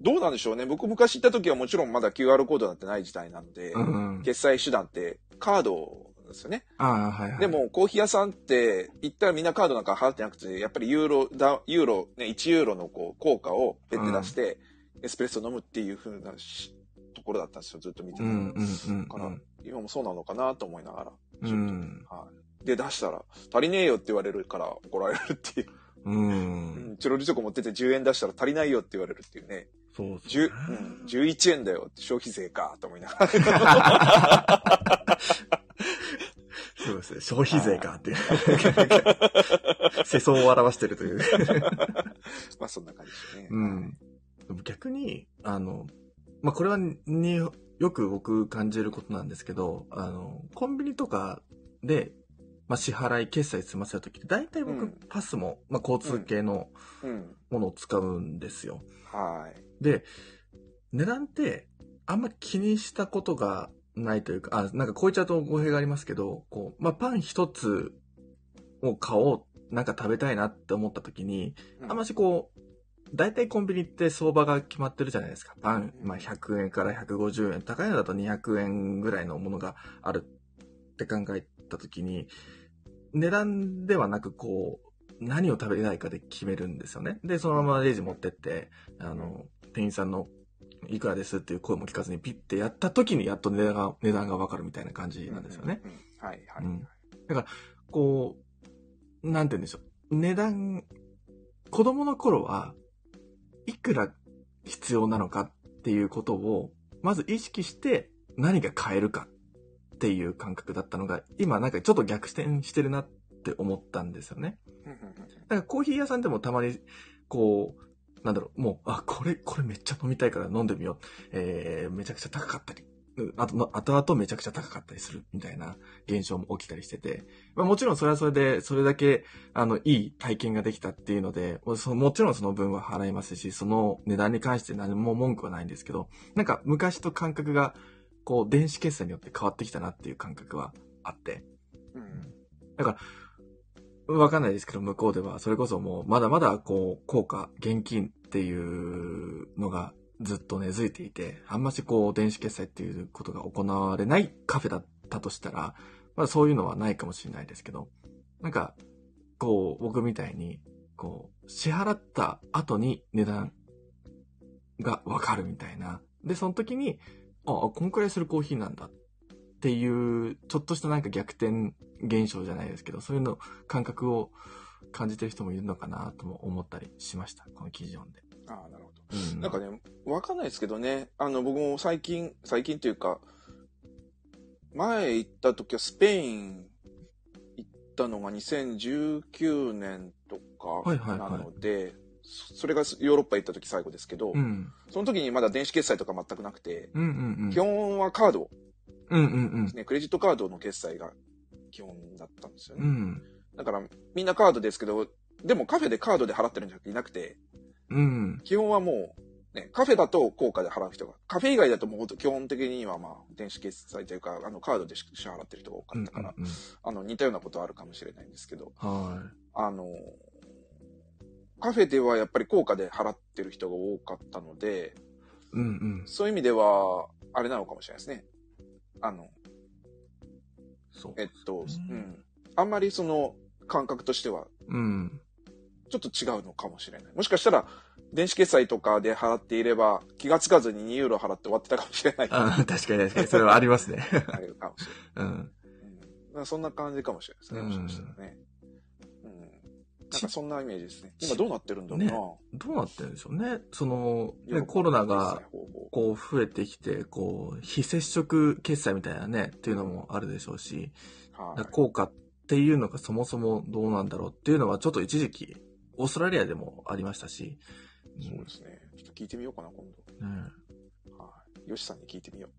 S2: どうなんでしょうね。僕昔行った時はもちろんまだ QR コードなんてない時代なんで、
S1: うんうん。
S2: 決済手段ってカードなんですよね。
S1: ああ、はいはい。
S2: で、もコーヒー屋さんって行ったらみんなカードなんか払ってなくて、やっぱりユーロ、だユーロ、ね、1ユーロのこう効果をペッて出して、エスプレッソ飲むっていう風なしところだったんですよ。ずっと見てた
S1: う
S2: ら。
S1: んうんうん
S2: か。ら今もそうなのかなと思いながら。
S1: うん。
S2: はい、で、出したら、足りねえよって言われるから怒られるっていう。
S1: うん。
S2: うん、チロルチョコ持ってて10円出したら足りないよって言われるっていうね。
S1: そうですね
S2: 10、うん、11円だよって消費税かと思いながら。
S1: [laughs]
S2: [laughs]
S1: そうですね。消費税かっていう。世相を表してるという。
S2: まあそんな感じですね。
S1: うん。でも逆に、あの、まあ、これはに、よく僕感じることなんですけど、あの、コンビニとかで、まあ、支払い、決済済ませるときって、大体僕、
S2: うん
S1: パスも、まあ、交通系の
S2: うん。
S1: ものを使うんですよ。
S2: はい。
S1: で、値段って、あんま気にしたことがないというか、あ、なんかこう言っちゃうと語弊がありますけど、こう、まあ、パン一つを買おう、なんか食べたいなって思った時に、
S2: うん
S1: あましこう、大体コンビニって相場が決まってるじゃないですか。パン、
S2: うん
S1: まあ、100円から150円、高いのだと200円ぐらいのものがあるって考えた時に、値段ではなくこう、何を食べたいかで決めるんですよね。で、そのままレジ持ってって、あの、店員さんのいくらですっていう声も聞かずにピッてやった時にやっと値段が、値段がわかるみたいな感じなんですよね。
S2: うん。うんはいはい。
S1: うんこう、なんて言うんでしょう。値段、子供の頃は、いくら必要なのかっていうことを、まず意識して何が買えるかっていう感覚だったのが、今なんかちょっと逆転してるなって思ったんですよね。
S2: うんうんうん
S1: だからコーヒー屋さんでもたまに、こう、なんだろう、もう、あ、これ、これめっちゃ飲みたいから飲んでみよう。えー、めちゃくちゃ高かったり、うんあとの、後々めちゃくちゃ高かったりするみたいな現象も起きたりしてて。まあもちろんそれはそれで、それだけ、あの、いい体験ができたっていうので、もうそのもちろんその分は払いますし、その値段に関して何も文句はないんですけど、なんか昔と感覚が、こう、電子決済によって変わってきたなっていう感覚はあって。
S2: うん
S1: わかんないですけど、向こうでは、それこそもう、まだまだ、こう、効果、現金っていうのがずっと根付いていて、あんましこう、電子決済っていうことが行われないカフェだったとしたら、まあそういうのはないかもしれないですけど、なんか、こう、僕みたいに、こう、支払った後に値段がわかるみたいな。で、その時に、あ、こんくらいするコーヒーなんだっていう、ちょっとしたなんか逆転現象じゃないですけど、そういうの感覚を感じてる人もいるのかなとも思ったりしました。この記事読んで。
S2: ああ、なるほど。
S1: うん
S2: なんかね、わかんないですけどね、あの、僕も最近、最近というか、前行った時はスペイン行ったのが2019年と
S1: はいはいは
S2: か
S1: い
S2: なので、そそれがヨーロッパ行った時最後ですけど、
S1: うん。
S2: その時にまだ電子決済とか全くなくて、
S1: うんうんうん。
S2: 基本はカード、
S1: うんうん
S2: ね、クレジットカードの決済が基本だったんですよ
S1: うん。う
S2: ね。
S1: ん。
S2: だから、みんなカードですけど、でもカフェでカードで払ってるんじゃなくていなくて、
S1: うん。
S2: 基本はもう、ね、カフェだと効果で払う人が、カフェ以外だともうほんと基本的にはまあ、電子決済というか、あの、カードで支払ってる人が多かったから、
S1: うんうんうん
S2: あの、似たようなことはあるかもしれないんですけど、
S1: は
S2: あの、カフェではやっぱり効果で払ってる人が多かったので、
S1: い。うんうん。
S2: そういう意味では、あれなのかもしれないですね。あの、
S1: そう
S2: え。っと、
S1: う
S2: うんん。あんまりその、感覚としては、
S1: うん。
S2: ちょっと違うのかもしれない。もしかしたら、電子決済とかで払っていれば、気がつかずに2ユーロ払って終わってたかもしれない。
S1: あー確かに確かに、それはありますね。 [laughs]
S2: あるかもしれ
S1: うん。
S2: ない。うん、だからそんな感じかもしれないですね。
S1: うん
S2: もしかしたらね。うん。なんかそんなイメージですね。今どうなってるんだろうな。
S1: どうなってるんでしょうね。その、
S2: ヨーロ
S1: ね、
S2: ッパ
S1: コロナが
S2: 決済方法
S1: こう増えてきて、こう、非接触決済みたいなね、っていうのもあるでしょうし、
S2: はい。
S1: 効果っていうのがそもそもどうなんだろうっていうのはちょっと一時期、オーストラリアでもありましたし、うん
S2: そうですね。ちょっと聞いてみようかな、今
S1: ね
S2: 度。はい。ヨシさんに聞いてみよ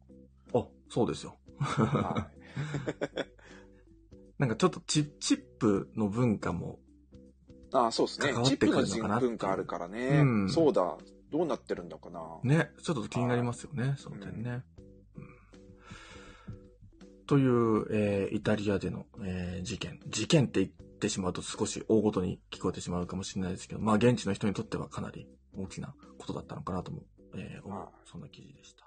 S2: う。
S1: あ、そうですよ。 [laughs]
S2: は
S1: なんかちょっとチチップの文化も、
S2: い。ああ、そうですね。
S1: 関わっ
S2: チ
S1: て
S2: ップ
S1: くるの
S2: の
S1: かなっていう
S2: 人文化あるからね。
S1: うん
S2: そうだ。どうなってるんだかな。
S1: ね、ちょっと気になりますよね、その点ね。うんという、えーイタリアでの、えー事件。事件って言ってしまうと少し大ごとに聞こえてしまうかもしれないですけど、まあ現地の人にとってはかなり大きなことだったのかなとも、えー思、
S2: はいう
S1: そんな記事でした。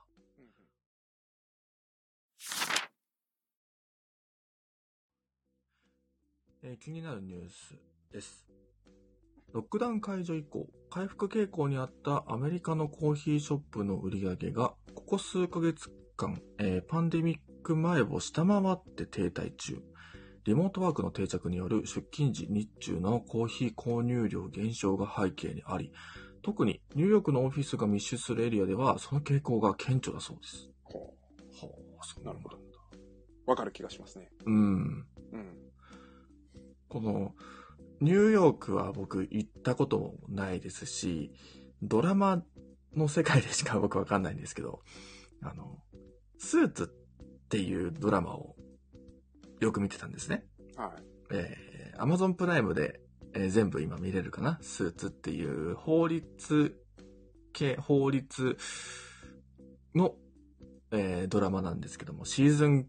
S1: えー気になるニュースです。ロックダウン解除以降、回復傾向にあったアメリカのコーヒーショップの売り上げが、ここ数ヶ月間、えーパンデミック前を下回って停滞中。リモートワークの定着による出勤時日中のコーヒー購入量減少が背景にあり、特にニューヨークのオフィスが密集するエリアでは、その傾向が顕著だそうです。
S2: こ
S1: はあ、そうなんだ
S2: なる。うわかる気がしますね。
S1: うん。
S2: うん。
S1: この、ニューヨークは僕行ったこともないですし、ドラマの世界でしか僕わかんないんですけど、あの、スーツっていうドラマをよく見てたんですね。
S2: はい。
S1: えー、Amazon プライムで、えー全部今見れるかなスーツっていう法律系、法律の、えードラマなんですけども、シーズン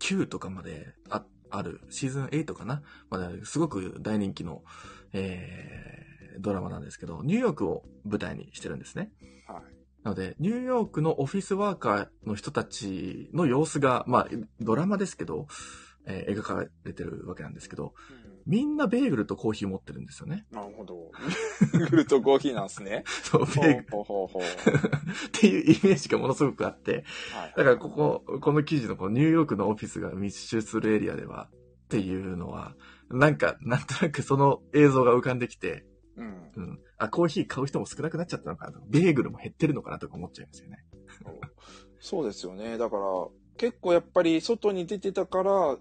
S1: 9とかまであある、シーズン8かなまだすごく大人気の、えードラマなんですけど、ニューヨークを舞台にしてるんですね。
S2: はい。
S1: なので、ニューヨークのオフィスワーカーの人たちの様子が、まあ、ドラマですけど、えー描かれてるわけなんですけど、みんなベーグルとコーヒー持ってるんですよ [laughs] ね。
S2: なるほど。 [laughs] グルトコーヒーなんで
S1: [laughs]
S2: すね。
S1: そう、ベー
S2: ほ
S1: グル
S2: うほうほうほう。は
S1: っていうイメージがものすごくあって、
S2: い。
S1: だからここ、この記事のこのニューヨークのオフィスが密集するエリアでは、っていうのは、なんか、 [laughs] なんとなくその映像が浮かんできて、
S2: うん。
S1: うん。あ、コーヒー買う人も少なくなっちゃったのかなとかベーグルも減ってるのかなとか思っちゃいますよね。
S2: そうですよね。だから、結構やっぱり外に出てたから、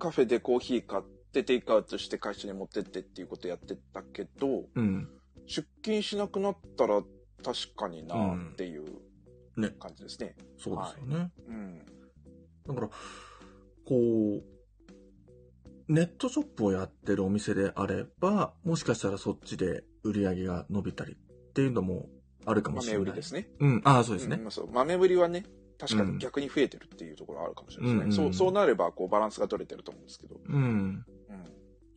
S2: カフェでコーヒー買ってテイクアウトして会社に持ってってっていうことやってたけど、
S1: うん。
S2: 出勤しなくなったら確かにな
S1: うん
S2: っていう
S1: ね
S2: 感じですね。
S1: そうですよね。
S2: うん。
S1: だから、こう、ネットショップをやってるお店であれば、もしかしたらそっちで売り上げが伸びたりっていうのもあるかもしれ
S2: 豆
S1: ない。
S2: 売りですね。
S1: うん、ああ、そうです
S2: う
S1: ね
S2: ん。まあそう豆売りはね、確か
S1: うん
S2: に逆に増えてるっていうところはあるかもしれないですね。
S1: うんうん
S2: そうそうなればこうバランスが取れてると思うんですけど。
S1: うん。
S2: うん、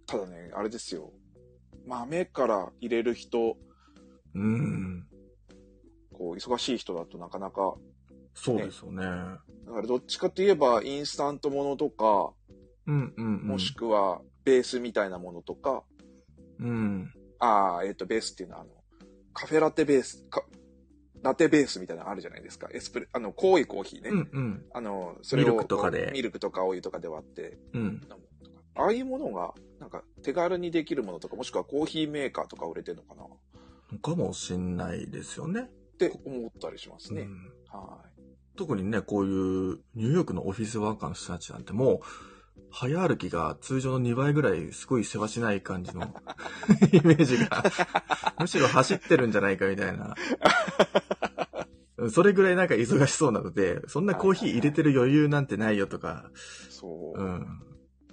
S2: ただね、あれですよ。豆から入れる人、
S1: うん。
S2: こう忙しい人だとなかなか、
S1: そうですよね。
S2: だからどっちかといえばインスタントものとか、
S1: うんうん、うん。
S2: もしくはベースみたいなものとか、
S1: うん。
S2: ああ、えっ、と、ベースっていうのは、あの、カフェラテベース、かラテベースみたいなのあるじゃないですか。エスプレ、あの、濃いコーヒーね。
S1: うんうん。
S2: あの、それをこう
S1: ミルクとかで
S2: ミルクとかお湯とかで割って
S1: うん。
S2: 飲むとか。ああいうものが、なんか、手軽にできるものとか、もしくはコーヒーメーカーとか売れてるのかなっ
S1: かもしんないですよね。
S2: て思ったりしますね。
S1: うん
S2: は
S1: 特にね、こういうニューヨークのオフィスワーカーの人たちなんてもう、早歩きが通常の2倍ぐらいすごい世話しない感じの [laughs] イメージが、むしろ走ってるんじゃないかみたいな。それぐらいなんか忙しそうなので、そんなコーヒー入れてる余裕なんてないよとか、
S2: い。そう。
S1: うん、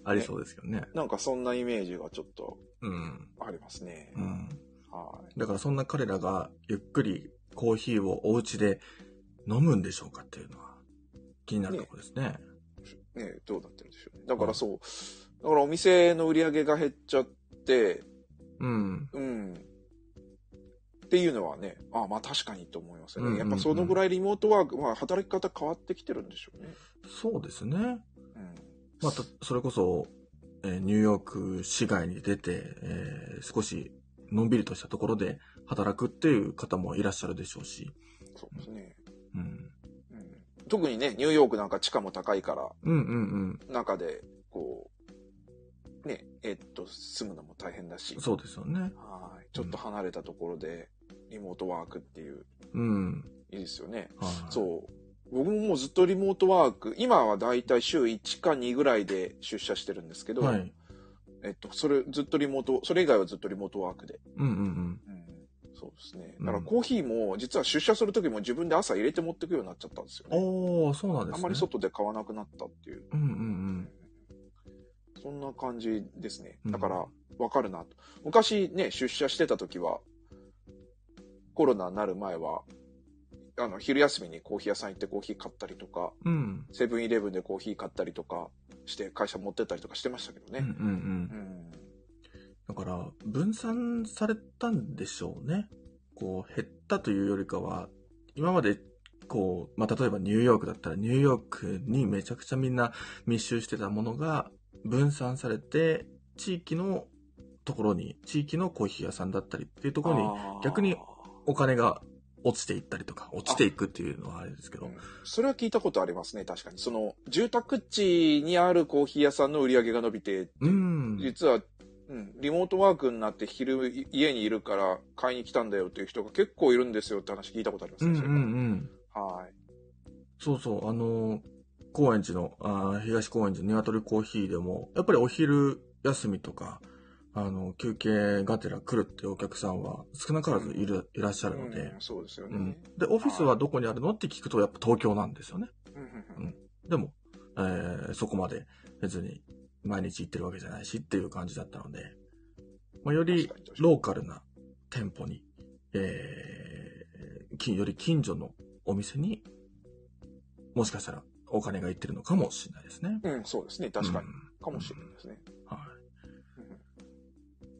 S1: ありそうですけどね。
S2: なんか、そんなイメージがちょっと
S1: うん。
S2: ありますね。
S1: うん。
S2: はい。
S1: だからそんな彼らがゆっくりコーヒーをお家で飲むんでしょうかっていうのは気になるところですね。
S2: ね、どうなってるんでしょうね。だからそう、だからお店の売り上げが減っちゃって、
S1: うん。
S2: うん。っていうのはね、あまあ確かにと思いますよ
S1: うんう
S2: ね。
S1: んう
S2: や
S1: ん
S2: っぱそのぐらいリモートワーク、まあ働き方変わってきてるんでしょうね。
S1: そうですね。
S2: うん。
S1: また、それこそ、えーニューヨーク市外に出て、えー少しのんびりとしたところで働くっていう方もいらっしゃるでしょうし。
S2: そうですね。
S1: うん。
S2: うん特にね、ニューヨークなんか地価も高いから、
S1: うんうん
S2: 中で、こう、ね、えっと、住むのも大変だし
S1: うん。、そうですよね。
S2: はい。ちょっと離れたところで、リモートワークっていう、
S1: うん。
S2: いいですよね。
S1: はい。
S2: そう。僕ももうずっとリモートワーク、今はだいたい週1か2ぐらいで出社してるんですけど、
S1: はい。
S2: えっと、それ、ずっとリモート、それ以外はずっとリモートワークで。
S1: うんうん
S2: そうですね。
S1: うん
S2: だからコーヒーも、実は出社する時も自分で朝入れて持ってくようになっちゃったんですよ
S1: うん。
S2: ね。
S1: おー、そうなんです
S2: あ
S1: ね。
S2: んまり外で買わなくなったっていう。
S1: うんうん
S2: そんな感じですね。
S1: うん
S2: だから、わかるなと。昔ね、出社してた時は、コロナになる前は、あの、昼休みにコーヒー屋さん行ってコーヒー買ったりとか、
S1: うん。うん。
S2: セブンイレブンでコーヒー買ったりとかして、会社持ってったりとかしてましたけど
S1: うんう
S2: ね。
S1: んうん
S2: う。ん。
S1: だから、分散されたんでしょうね。こう、減ったというよりかは、今まで、こう、まあ、例えばニューヨークだったら、ニューヨークにめちゃくちゃみんな密集してたものが、分散されて、地域のところに、地域のコーヒー屋さんだったりっていうところに、
S2: あー
S1: 逆にお金が落ちていったりとか、落ちていくっていうのはあれですけど。
S2: それは聞いたことありますね、確かに。その、住宅地にあるコーヒー屋さんの売り上げが伸びて、
S1: うん。
S2: 実は、うん、リモートワークになって昼い家にいるから買いに来たんだよっていう人が結構いるんですよって話聞いたことあり
S1: う
S2: ます
S1: んうん
S2: ね。
S1: う
S2: それは
S1: ん。
S2: はい。
S1: そうそう、あのー高円寺の、あー東高円寺のニワトリコーヒーでも、やっぱりお昼休みとか、あの、休憩がてら来るっていうお客さんは少なからずいる、いらっしゃるので
S2: うん、そうですよ
S1: う
S2: ね。
S1: ん。で、オフィスはどこにあるのって聞くと、やっぱ東京なんですよね。
S2: うんうんうん
S1: でも、えーそこまで別に毎日行ってるわけじゃないしっていう感じだったので、まあ、より
S2: 確かに確かに
S1: ローカルな店舗に、えーきより近所のお店に、もしかしたらお金がいってるのかもしれないですね。
S2: うん、そうですね。確かに。
S1: うん
S2: かもしれないですね。
S1: はい。
S2: うんうん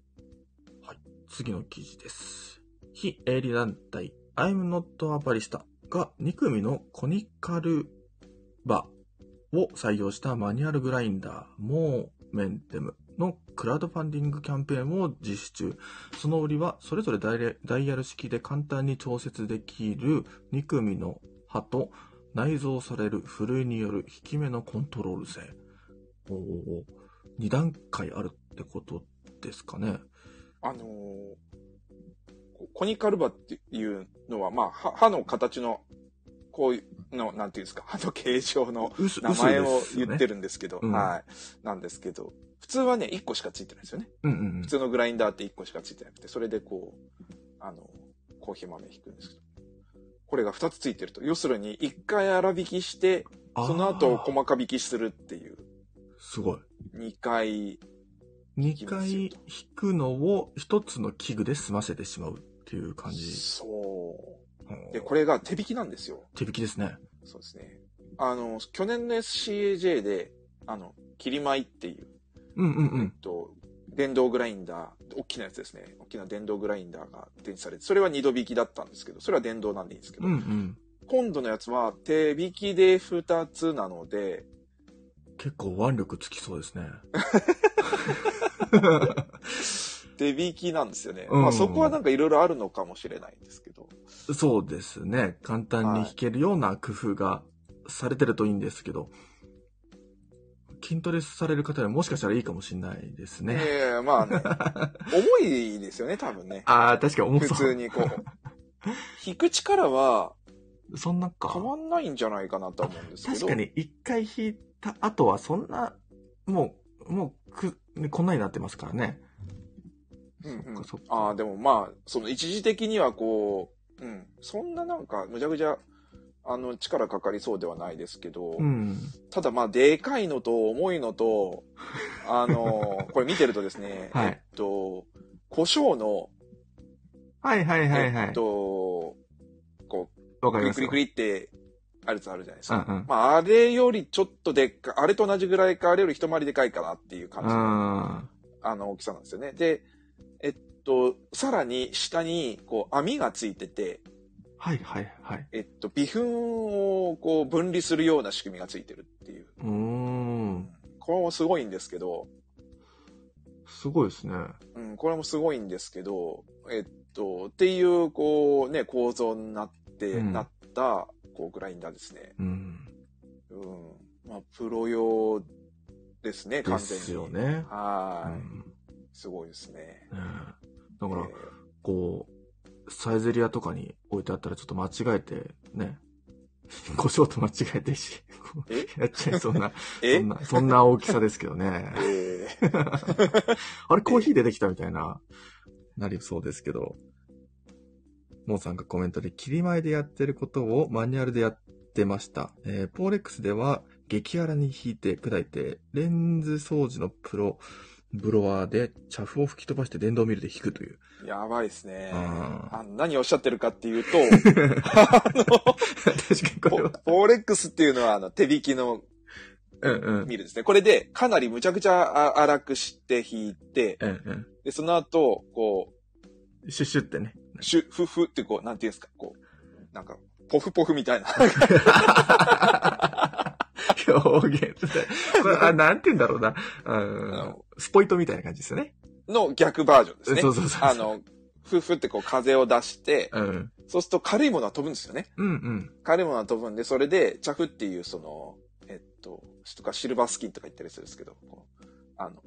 S1: 次の記事です。非営利団体 I'm Not a Barista が2組のコニカルバを採用したマニュアルグラインダー、モーメンテムのクラウドファンディングキャンペーンを実施中。その売りはそれぞれダイレダイヤル式で簡単に調節できる2組の刃と内蔵されるふるいによる引き目のコントロール性。お2段階あるってことですかね。
S2: あのーこコニカルバっていうのは、まあ、歯歯の形の、こういうの、なんていうんですか、歯 [laughs] の形状の
S1: うす
S2: 名前を言って
S1: る。
S2: るんですけど、
S1: うん
S2: はい。なんですけど、普通はね、1個しかついてないんですよね。
S1: うんうんうん
S2: 普。通のグラインダーって1個しかついてなくて、それでこう、あの、コーヒー豆引くんですけど、これが2つついてると。要するに、1回粗挽きして、
S1: あー
S2: その後、細か引きするっていう、
S1: すごい。
S2: 2回、
S1: 2
S2: ます
S1: 回
S2: よ
S1: 引くのを1つの器具で済ませてしまうっていう感じ。
S2: そう。
S1: うん
S2: で、これが手引きなんですよ。
S1: 手引きですね。
S2: そうですね。あの、去年の SCAJ で、あの、切り舞いっていう、
S1: うんうんう
S2: えっ
S1: ん。
S2: と、電動グラインダー、大きなやつですね。大きな電動グラインダーが展示されて、それは二度引きだったんですけど、それは電動なんでいいんですけど、
S1: うんうん。
S2: 今度のやつは手引きで二つなので、
S1: 結構腕力つきそうですね。
S2: 手引きなんですよね。
S1: うん
S2: まあそこはなんかいろいろあるのかもしれないんですけど。
S1: そうですね。簡単に引けるような工夫がされてるといいんですけど、筋トレされる方にはもしかしたらいいかもしれないです
S2: ね
S1: ね。
S2: え、ま
S1: [laughs]
S2: あね、重いですよね、多分ね。
S1: ああ、確かに重
S2: 普
S1: そ
S2: 通
S1: う。
S2: にこう。引く力は
S1: そんなか。
S2: 変わんないんじゃないかなとは思うんですけど。
S1: 確かに一回引いた後はそんな、もう、もうく、ねこんなになってますからね。
S2: うんうん
S1: そっかそっか
S2: ああ、でもまあ、その一時的にはこう、うん、そんななんか、むちゃくちゃ、あの、力かかりそうではないですけど、
S1: うん。
S2: ただまあ、でかいのと重いのと、あ
S1: [laughs]
S2: の、これ見てるとですね、
S1: はい
S2: えっと、胡椒の、
S1: はいはいはいはい。
S2: えっと、こう、
S1: わか
S2: ク
S1: りま
S2: リク
S1: す
S2: リ
S1: よ。
S2: クリって、あるやつあるじゃないです
S1: うん
S2: か。まあ、あれよりちょっとでっか、あれと同じぐらいか、あれより一回りでかいかなっていう感じ
S1: う
S2: の
S1: ん。うん。
S2: あの大きさなんですよね。で、えっと、さらに下にこう網がついてて、
S1: はいはいはい。
S2: えっと、微粉をこう分離するような仕組みがついてるっていう。
S1: うーん。
S2: これもすごいんですけど、
S1: すごいですね。
S2: うん、これもすごいんですけど、えっと、っていう、こう、ね、構造になって、
S1: うん
S2: なった、こう、グラインダーですね。
S1: うん。
S2: うん。まあ、プロ用ですね、
S1: で
S2: 完全に。
S1: すよ。ね。う
S2: はーい、
S1: ん。
S2: すごいですね。
S1: ねえだから
S2: え、ー
S1: こう、サイゼリアとかに置いてあったらちょっと間違えて、ね。胡椒と間違えてし、こう
S2: え
S1: やっちゃいそうな、
S2: え
S1: そんな、そんな大きさですけどね。
S2: えー
S1: [laughs] あれ、コーヒー出てきたみたいな、なりそうですけど。モーさんがコメントで、切り前でやってることをマニュアルでやってました。えーポーレックスでは、激粗に引いて砕いて、レンズ掃除のプロ、ブロワーで、茶フを吹き飛ばして電動ミルで引くという。
S2: やばいですね。
S1: [laughs] うん
S2: あ何をおっしゃってるかって
S1: [laughs]
S2: いうと、あ
S1: 確かに
S2: の、
S1: こ
S2: ポ
S1: れは。
S2: ポーレックスっていうのは、あの、手引きの
S1: うんうん。
S2: ミルですね。これで、かなりむちゃくちゃあ荒くして引いて、
S1: うんうん。
S2: で、その後、こ
S1: シュッシュってね。
S2: う、シュッ、フフってこう、なんていうんですか、こう、なんか、ポフポフみたいな。
S1: 表現。これ、あ、なんて言うんだろうな。う
S2: あ
S1: ん
S2: の。
S1: スポイトみたいな感じですよね。
S2: の逆バージョンですね。
S1: そうそうそう。
S2: あ、の、フフってこう風を出して、
S1: うん。
S2: そうすると軽いものは飛ぶんですよね。
S1: うんうん。
S2: 軽いものは飛ぶんで、それで、チャフっていうその、えっと、とかシルバースキンとか言ったりするんですけど、こうあの、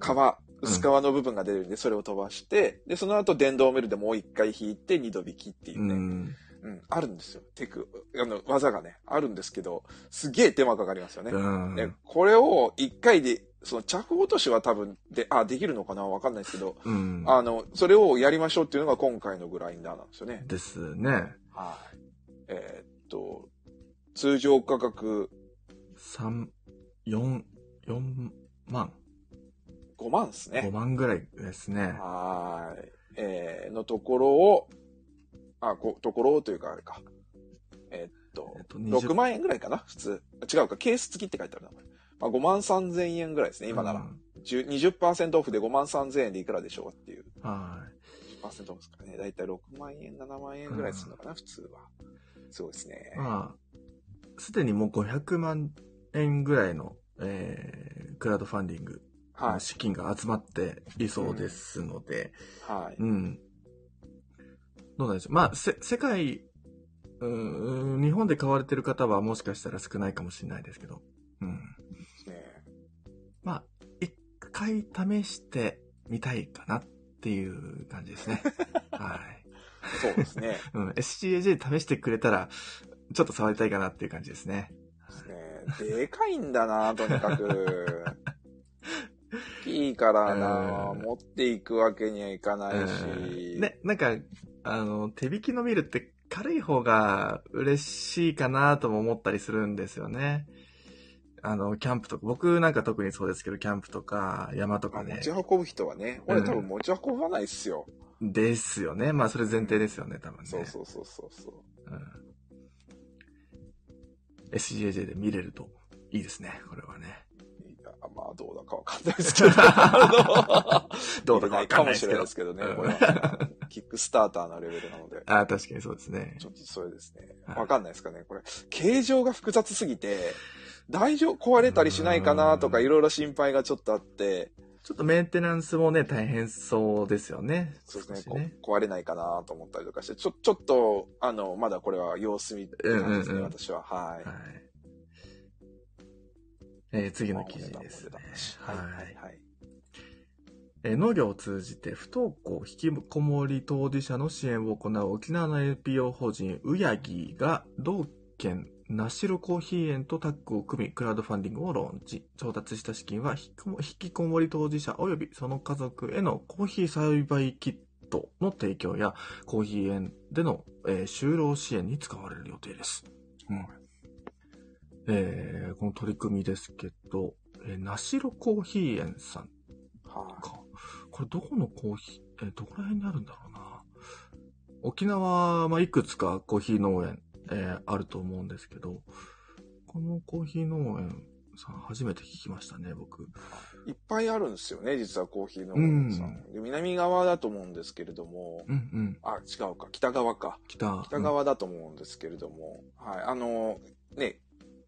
S2: 皮、
S1: うん
S2: 薄皮の部分が出るんで、それを飛ばして、で、その後電動メルでもう一回引いて、二度引きっていう
S1: う
S2: ね。
S1: ん。
S2: うん、あるんですよ。テク、あの、技がね、あるんですけど、すげえ手間かかりますよね。
S1: うん。
S2: ねこれを一回で、その着落としは多分、で、あ、できるのかなわかんないですけど、
S1: うん。
S2: あの、それをやりましょうっていうのが今回のグラインダーなんですよね。
S1: ですね。
S2: はい。えーっと、通常価格
S1: 三、四、四万、
S2: 5万です
S1: 五
S2: ね。
S1: 万ぐらいですね。
S2: はーい。えーのところを、あ、こところをというかあれか。えーっと
S1: えっ、と、
S2: 6万円ぐらいかな普通。違うか、ケース付きって書いてあるな。まあ、5万3千円ぐらいですね、今なら。
S1: うん
S2: 10 20%オフで5万3千円でいくらでしょうっていう。
S1: は
S2: 10%オフですからね。だいたい6万円、7万円ぐらいするのかな、普通は。すごいですね
S1: い。。まあ、すでにもう500万円ぐらいの、えー、クラウドファンディング、
S2: はい。
S1: 資金が集まっていそうですので、
S2: はい。
S1: うん。どうなんでしょう。まあ、せ、世界、うーん、日本で買われてる方はもしかしたら少ないかもしれないですけど、うん。
S2: ね
S1: まあ、一回試してみたいかなっていう感じですね。はい。
S2: そうですね。
S1: うん、SCAJ 試してくれたら、ちょっと触りたいかなっていう感じですね。
S2: ですねでかいんだな、とにか
S1: [laughs]
S2: く。大きいからな、
S1: うん
S2: 持っていくわけにはいかないし。
S1: うんね、なんか、あの、手引きのミルって軽い方が嬉しいかなとも思ったりするんですよね。あの、キャンプとか、僕なんか特にそうですけど、キャンプとか、山と
S2: まあ
S1: か
S2: 持
S1: ね
S2: ち、運ぶ人はね、俺多分持ち運ばないっすよ。
S1: ですよね。まあ、それ前提ですよね、多分ね。
S2: そうそうそうそうそう。
S1: うん。SGAJ で見れるといいですね、これはね。
S2: いやまあ、どうだかわかんないですけ [laughs] ど。あの
S1: どうだかわかんない
S2: 見れ
S1: ですけ
S2: かもしれない
S1: ど
S2: で。すけ
S1: う
S2: どね、
S1: ん
S2: これは。キックスターターのレベルなので。
S1: ああ、確かにそうですね
S2: ち。ょっとそれですね。
S1: はい
S2: わかんないですかね、これ。形状が複雑すぎて、大丈夫、壊れたりしないかなとか、
S1: うん
S2: いろいろ心配がちょっとあって、
S1: ちょっとメンテナンスもね、大変そうですよね。
S2: そうです
S1: 少
S2: ね
S1: し
S2: こ壊れないかなと思ったりとかして、ちょ、ちょっと、あの、まだこれは様子見って感じですね、
S1: うんうんうん
S2: 私は。はい。
S1: はい。えー次の記事です、ね
S2: まあお値段もお値段だし。
S1: は
S2: はいい、はい、はい。
S1: えー農業を通じて不登校引きこもり当事者の支援を行う沖縄の NPO 法人うやぎが同県ナシロコーヒー園とタッグを組みクラウドファンディングをローンチ調達した資金は引きこも引きこもり当事者及びその家族へのコーヒー栽培キットの提供やコーヒー園での、えー就労支援に使われる予定です、うんえーこの取り組みですけど、えー、ナシロコーヒー園さん
S2: は
S1: か。これどこのコーヒー、え、どこら辺にあるんだろうな。沖縄、まあ、いくつかコーヒー農園、えーあると思うんですけど、このコーヒー農園さん初めて聞きましたね、僕。
S2: い。いっぱいあるんですよね、実はコーヒーの、
S1: うん
S2: で南側だと思うんですけれども、
S1: うんうん。
S2: あ、違うか、北側か。
S1: 北。
S2: 北側だと思うんですけれども、はい、あの、ね、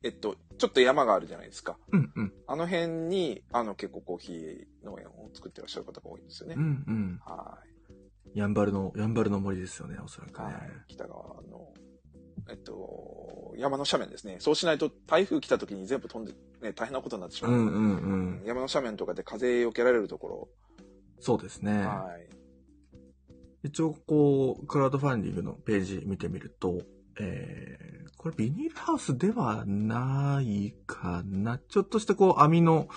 S2: えっと、ちょっと山があるじゃないですか。
S1: うんうん。
S2: あの辺に、あの、結構コーヒー農園を作ってらっしゃる方が多いんですよね。
S1: うんうん。
S2: は
S1: やんばるの、やんばるの森ですよね、おそら
S2: い。
S1: くね。
S2: はい。北側の、えっと、山の斜面ですね。そうしないと台風来た時に全部飛んで、ね、大変なことになってしま
S1: う
S2: う。
S1: んうんう
S2: う
S1: ん。
S2: ん山の斜面とかで風よけられるところ。
S1: そうですね。
S2: はい。
S1: 一応、こう、クラウドファンディングのページ見てみると、えー、これビニールハウスではないかな。ちょっとしたこう、網の、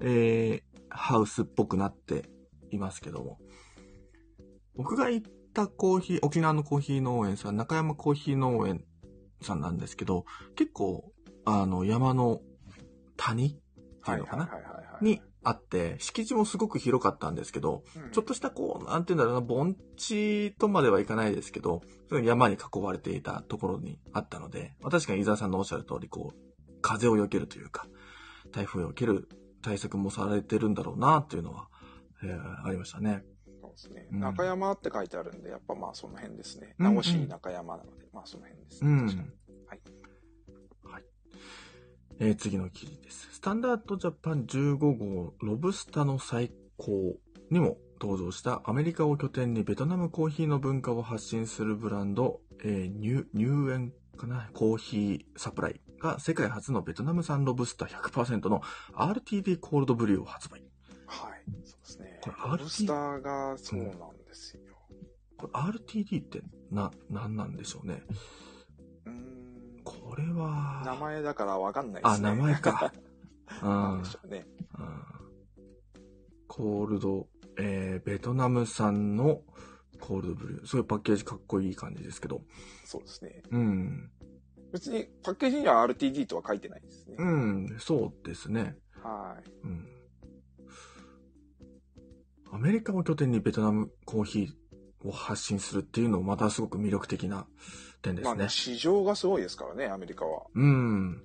S1: えー、ハウスっぽくなっていますけども。僕が行ったコーヒー、沖縄のコーヒー農園さん、中山コーヒー農園さんなんですけど、結構、あの、山の谷ってい
S2: は
S1: う
S2: い。
S1: のか
S2: は
S1: な
S2: い。は。
S1: い
S2: はい。
S1: にあって、敷地もすごく広かったんですけど、
S2: うん、
S1: ちょっとしたこう、なんていうんだろうな、盆地とまではいかないですけど、その山に囲われていたところにあったので、まあ確かに伊沢さんのおっしゃる通り、こう、風を避けるというか、台風を避ける対策もされてるんだろうな、っていうのは、えーありましたね。
S2: そうですね。
S1: うん
S2: 中山って書いてあるんで、やっぱまあその辺ですね。
S1: うんう
S2: 名
S1: ん
S2: 護市中山なので、まあその辺です
S1: う
S2: ね。
S1: ん
S2: 確かに。はい。
S1: えー次の記事です。スタンダードジャパン15号ロブスタの最高にも登場したアメリカを拠点にベトナムコーヒーの文化を発信するブランド、えーニュ入園かなコーヒーサプライが世界初のベトナム産ロブスター100%の RTD コールドブリューを発売。
S2: はい。そうですね
S1: これ。
S2: ロブスターがそうなんですよ。
S1: これ RTD ってな、なんなんでしょうね。
S2: うーん。
S1: これ
S2: 名
S1: は、
S2: 前だからわかんないで
S1: あ、
S2: すね。
S1: 名前か。
S2: [laughs]
S1: う
S2: なん
S1: ん
S2: でしょうね。
S1: コールド、えー、ベトナム産のコールドブルー。すごいパッケージかっこいい感じですけど。
S2: そうですね。
S1: うん。
S2: 別にパッケージには RTD とは書いてないですね。
S1: うん、そうですね。
S2: はい。
S1: うん。アメリカを拠点にベトナムコーヒーを発信するっていうのもまたすごく魅力的な点で
S2: ますあね、
S1: ね。
S2: 市場がすごいですからね、アメリカは。
S1: うん。
S2: うん。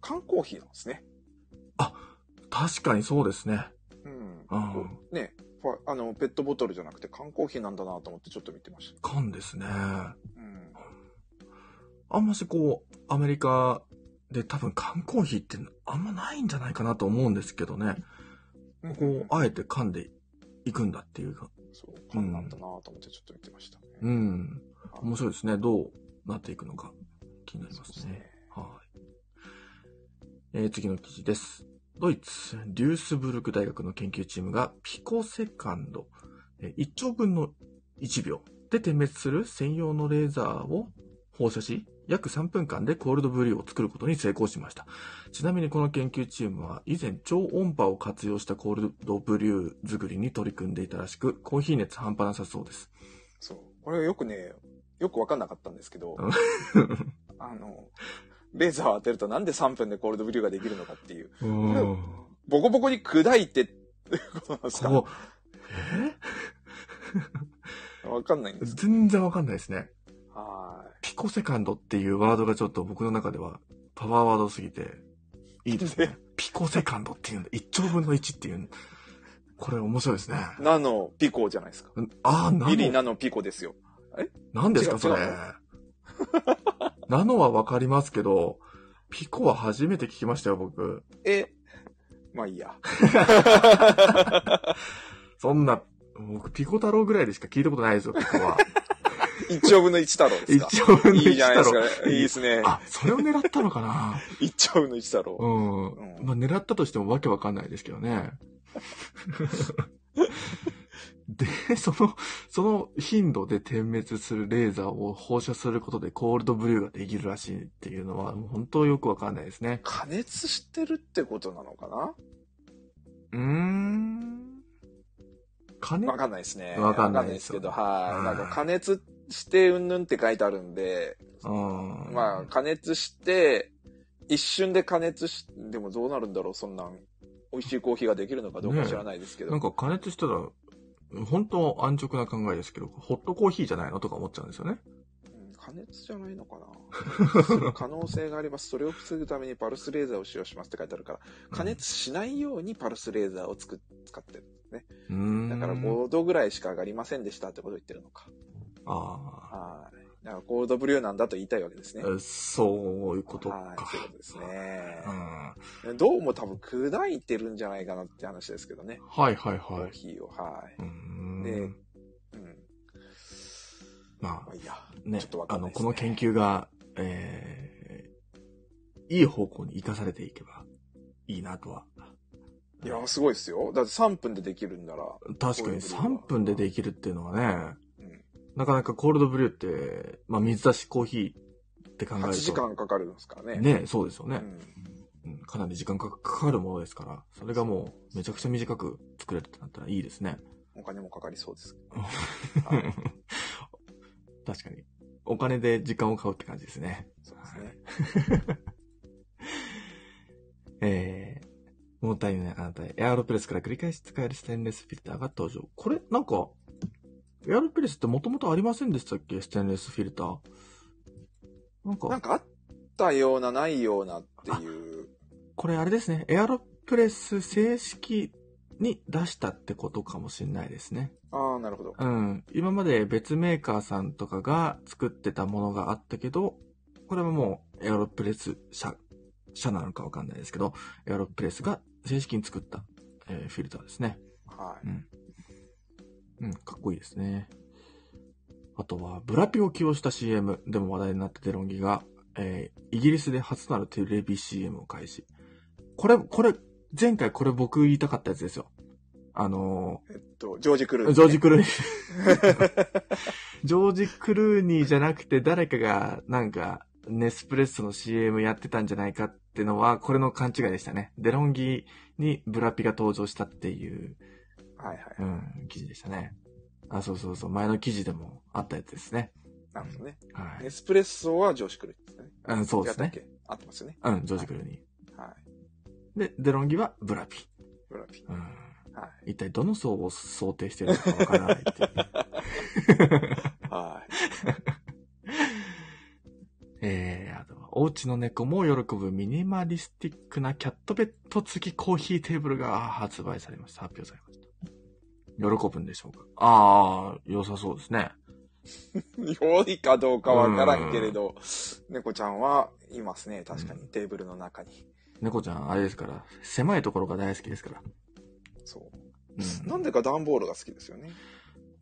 S2: 缶コーヒーなんですね。
S1: 確かにそうですね。
S2: うん。
S1: あー
S2: こうね、ファあの、ペットボトルじゃなくて缶コーヒーなんだなと思ってちょっと見てました。
S1: 缶ですね。
S2: うん。
S1: あんましこう、アメリカで多分缶コーヒーってあんまないんじゃないかなと思うんですけどね。こう、あえて噛んでいくんだっていうか。
S2: そう、缶なんだなと思ってちょっと見てましたね。
S1: うん。
S2: はい
S1: 面白いですね。どうなっていくのか気になり
S2: そう
S1: ま
S2: ですす
S1: ね。
S2: ね。
S1: はい。えー次の記事です。ドイツ、デュースブルク大学の研究チームがピコセカンド、え1兆分の1秒で点滅する専用のレーザーを放射し、約3分間でコールドブリューを作ることに成功しました。ちなみにこの研究チームは以前超音波を活用したコールドブリュー作りに取り組んでいたらしく、コーヒー熱半端なさそうです。
S2: そう。これよくね、よくわかんなかったんですけど
S1: うん、
S2: [laughs] あの、レーザーを当てるとなんで3分でコールドブリューができるのかっていう。
S1: う
S2: これをボコボコに砕いて、ことなんですか
S1: こ
S2: わかんないん
S1: う、え
S2: ですけ
S1: 全然わかんないですね。
S2: ど。は
S1: ピコセカンドっていうワードがちょっと僕の中ではパワーワードすぎて、いいですね。ピコセカンドっていうんだ。1兆分の1っていう。これ面白いですね。
S2: い。ナノピコじゃないですか。
S1: ああ、ナ
S2: ミリ
S1: ノ。
S2: ナノピコですよ。
S1: なんです
S2: 違
S1: か、
S2: う
S1: それ
S2: 違う。
S1: ナノはわかりますけど、ピコは初めて聞きましたよ、僕。
S2: え、まあいいや。 [laughs]
S1: そんな、僕、ピコ太郎ぐらいでしか聞いたことないですよ、ピコは。
S2: 1兆分の1太郎です
S1: [laughs]
S2: か
S1: 1。兆分の
S2: [laughs] いい
S1: 1
S2: じゃない
S1: だ
S2: です
S1: ろ。
S2: か。いいですね。
S1: あ、それを狙ったのかな
S2: 1兆分の1太郎。
S1: うん。
S2: うん
S1: まあ、狙ったとしてもわけわかんないですけどね。で、 [laughs] その、その頻度で点滅するレーザーを放射することでコールドブリューができるらしいっていうのは、もう本当よくわかんないですね。
S2: 加熱してるってことなのかな
S1: うーん。金
S2: わかんないですね。
S1: わかんないで
S2: ですす
S1: よ
S2: けど、は
S1: はい
S2: い。なんか加熱してうんぬんって書いてあるんで、
S1: うん。
S2: まあ加熱して、一瞬で加熱し、でもどうなるんだろう、そんなん。美味しいコーヒーができるのかどうか知らないですけど。
S1: なんか加熱したら、本当安直な考えですけど、ホットコーヒーじゃないのとか思っちゃうんですよね。
S2: うん加熱じゃないのかな [laughs] する可能性があります。それを防ぐためにパルスレーザーを使用しますって書いてあるから、加熱しないようにパルスレーザーをつく使ってる。
S1: うん。
S2: だから5度ぐらいしか上がりませんでしたってことを言ってるのか。
S1: ああ。
S2: はい。だからコールドブリューなんだと言いたいわけですね。
S1: えそういうこと
S2: はい、
S1: か
S2: そう。いうことですね
S1: う。ん。はい
S2: どうも多分砕いてるんじゃないかなって話ですけどね。
S1: はいは
S2: コー
S1: い。
S2: ヒーを。は
S1: うーん。
S2: い。うん。
S1: ま
S2: まあいいや。
S1: あ、ね
S2: ちょっとわ、か
S1: あ
S2: んな
S1: の、
S2: いで
S1: こ
S2: すね
S1: の研究が、えー、いい方向に生かされていけばいいなとは。
S2: いや、すごいですよ。だって3分でできるんなら。
S1: 確かに3分でできるっていうのはね、
S2: うん。
S1: なかなかコールドブリューって、まあ水出しコーヒーって考えると。
S2: 8時間かかるんですからね。
S1: ね、そうですよね
S2: う、ん。
S1: うんかなり時間がかかるものですから、それがもうめちゃくちゃ短く作れるってなったらいいですね。
S2: お金もかかりそうです。
S1: [laughs] 確かに。お金で時間を買うって感じですね。
S2: そうです
S1: [laughs]
S2: ね。
S1: えー、物足りないあなたへ、エアロプレスから繰り返し使えるステンレスフィルターが登場。これ、なんか、エアロプレスってもともとありませんでしたっけステンレスフィルター。なん
S2: なん
S1: か、
S2: かあったような、ないようなっていう。
S1: これあれですね。エアロプレス正式に出したってことかもしれないですね。
S2: ああ、なるほど。
S1: うん。今まで別メーカーさんとかが作ってたものがあったけど、これはもうエアロプレス社、社なのかわかんないですけど、エアロプレスが正式に作った、えーフィルターですね。
S2: はい。
S1: うん、かっこいいですね。あとは、ブラピを起用した CM でも話題になったデロンギが、えーイギリスで初となるテレビ CM を開始。これ、これ、前回これ僕言いたかったやつですよ。あの
S2: えっと、ジョージ・クルー
S1: ー、
S2: ズ
S1: ジョージ・クルーニー。ジョージ・クルーニーじゃなくて誰かがなんか、ネスプレッソの CM やってたんじゃないかってのは、これの勘違いでしたね。デロンギにブラピが登場したっていう
S2: [laughs] はいはい。
S1: うん、記事でしたね。あ、そうそうそう。前の記事でもあったやつですね。
S2: なるほどね。
S1: はい
S2: エ。スプレッソはジョージ・クルーズですね。
S1: うん、そうです
S2: 違っ
S1: ね
S2: た。っけ合ってますよね。
S1: うん、ジョージ・クルーニ
S2: はい。
S1: ー。で、デロンギはブラピ。
S2: ブラピ。
S1: うん。
S2: は
S1: 一体どの層を想定してるのかわからないっていう。
S2: [laughs] い。はい。
S1: [laughs] えー、あとは、お家の猫も喜ぶミニマリスティックなキャットベッド付きコーヒーテーブルが発売されました。発表されました。喜ぶんでしょうかああ、良さそうですね。
S2: 良いかどうかわからんけれど、猫ちゃんはいますね。確かに、
S1: う
S2: テーブルの中に。
S1: 猫ちゃん、あれですから、狭いところが大好きですから。
S2: そう。
S1: うん、
S2: なんでか段ボールが好きですよね。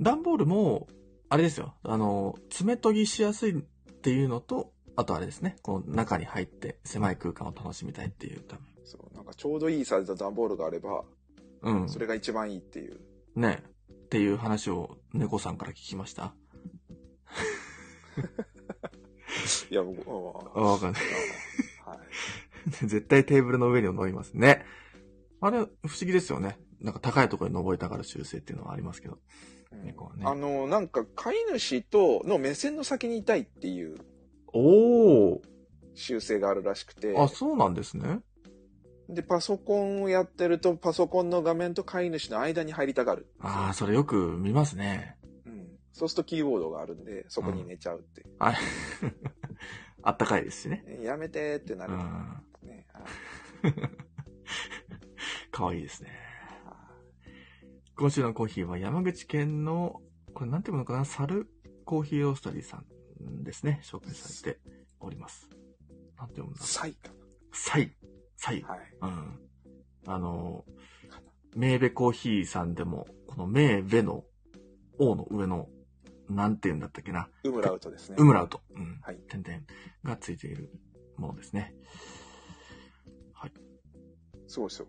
S1: 段ボールも、あれですよ。あの、爪研ぎしやすいっていうのと、あとあれですね。この中に入って狭い空間を楽しみたいっていうため。
S2: そう。なんかちょうどいいサイズの段ボールがあれば、
S1: うん。
S2: それが一番いいっていう。
S1: ね。っていう話を猫さんから聞きました。
S2: いや、僕は、
S1: あ、わかんない。 [laughs]
S2: はい。
S1: 絶対テーブルの上にも乗りますね。あれ、不思議ですよね。なんか高いところに登りたがる習性っていうのはありますけど。
S2: うん
S1: 猫はね
S2: あの、なんか飼い主との目線の先にいたいっていう
S1: おー。
S2: 習性があるらしくて。
S1: あ、そうなんですね。
S2: で、パソコンをやってると、パソコンの画面と飼い主の間に入りたがる。
S1: ああ、それよく見ますね。
S2: うん。そうするとキーボードがあるんで、そこに寝ちゃうって。
S1: あれ、 [laughs] あったかいですしね。
S2: えやめてーってな
S1: う
S2: る、
S1: ん。
S2: ね。
S1: かわいいですね。
S2: ああ
S1: 今週のコーヒーは山口県の、これなんていうのかな、猿コーヒーロースタリーさんですね、紹介されております。なんて読むんだ
S2: サイか
S1: サイ。サイ
S2: な。。はい。
S1: うん。あの、メーベコーヒーさんでも、このメーベの、王の上の、なんて言うんだったっけな、
S2: ウムラウトですね。
S1: ウムラウト。うん。
S2: はい
S1: 点々がついているものですね。
S2: そうですよ。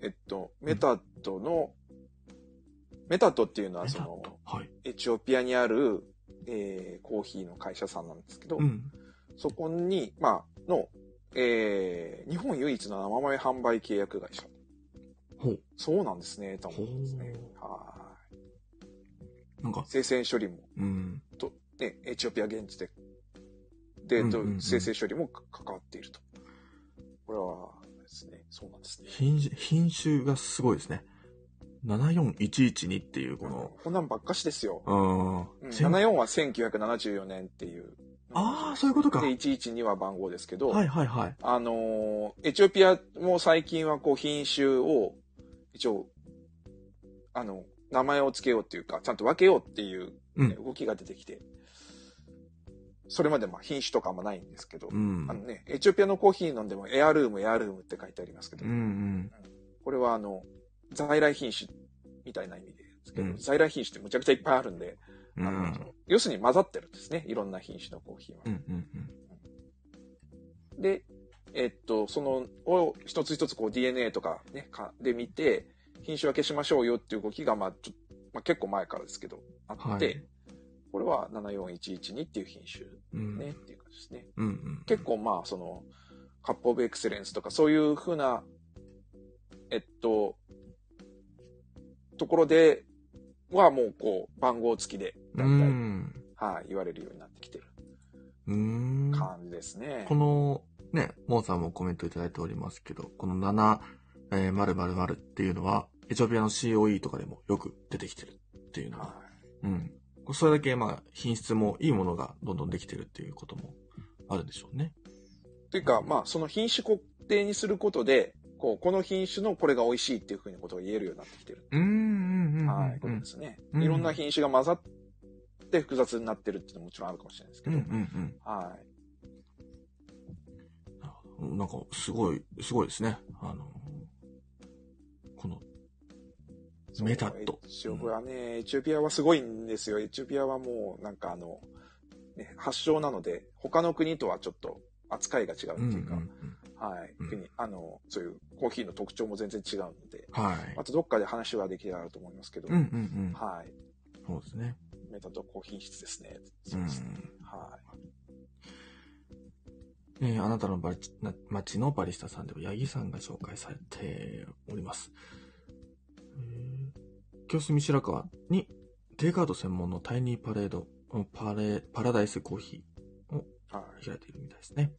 S2: えっと、メタットの、メタットっていうのはその
S1: メ、タットはい。
S2: エチオピアにある、えーコーヒーの会社さんなんですけど、
S1: うん。
S2: そこに、まあ、の、えー日本唯一の生豆販売契約会社。
S1: ほう。
S2: そうなんですね、と思うんですね。は
S1: なんか
S2: い。、生成処理も、
S1: うん。
S2: と、ね、エチオピア現地で、で、
S1: うんうんうん
S2: と生成処理もか関わっていると。これは、ですね、そうなんですね。
S1: 品種、品種がすごいですね。74112っていうこの、
S2: こんなんばっかしですよ。
S1: う。
S2: うんん、
S1: 全
S2: 74は1974年っていう。
S1: ああ、そういうことか。は
S2: で、
S1: い
S2: 112は番号ですけど、
S1: はいはい。
S2: あのーエチオピアも最近はこう品種を、一応、あの、名前をつけようっていうか、ちゃんと分けようっていうね、
S1: うん
S2: 動きが出てきて、それまでまあ品種とかあんまないんですけど、
S1: うん
S2: あのね、エチオピアのコーヒー飲んでもエアルーム、エアルームって書いてありますけど、
S1: うん
S2: これはあの、在来品種みたいな意味ですけど、
S1: うん
S2: 在来品種ってむちゃくちゃいっぱいあるんで、
S1: うん。
S2: あ
S1: う
S2: の
S1: ん
S2: 要するに混ざってるんですね、いろんな品種のコーヒーは。
S1: うんうん
S2: で、えっと、そのを一つ一つこう DNA とかね、かで見て、品種分けしましょうよっていう動きが、まあ、ちょまあ、結構前からですけど、あ
S1: は
S2: って、
S1: い
S2: これは74112っていう品種
S1: うん。
S2: ね、っていう感じですね。
S1: うんうん。
S2: 結構まあ、その、カップオブエクセレンスとかそういうふうな、えっと、ところではもうこう、番号付きで、
S1: う
S2: だいたい、
S1: ん。
S2: はい、言われるようになってきてる
S1: うん。
S2: 感じですね。
S1: この、ね、モーさんもコメントいただいておりますけど、この7、えー、〇〇〇っていうのは、エチオピアの COE とかでもよく出てきてるっていうのは
S2: は、
S1: うん。それだけ、まあ、品質もいいものがどんどんできてるっていうこともあるでしょうね。
S2: い。というか、まあ、その品種固定にすることで、こう、この品種のこれが美味しいっていうふうなことが言えるようになってきてる。
S1: うん、うん、うん。
S2: はい、こ
S1: う
S2: と
S1: ん
S2: で、すね。
S1: うん
S2: いろんな品種が混ざって複雑になってるっていうのももちろんあるかもしれないですけ
S1: うん、う
S2: ど、
S1: ん。
S2: はい。
S1: なんか、すごい、すごいですね。あの、この、
S2: そう
S1: メタット
S2: エチオピアね、エチオピアはすごいんですよ。エチオピアはもう、なんかあの、ね、発祥なので、他の国とはちょっと扱いが違うっていうか、はい、
S1: うん
S2: 国、あの、そういうコーヒーの特徴も全然違うので、
S1: はい
S2: あ。とどっかで話はできればあると思いますけど、
S1: うん、うん、うん。
S2: はい、
S1: そうですね。
S2: メタット高品質ですね。
S1: う
S2: そうですね。
S1: ん。
S2: は
S1: えーあなたのバリな町のバリスタさんでは、八木さんが紹介されております。えー清澄白河に、テイクアウト専門のタイニーパレード、うんパレ、パラダイスコーヒ
S2: い、は
S1: ー開いているみたいですね。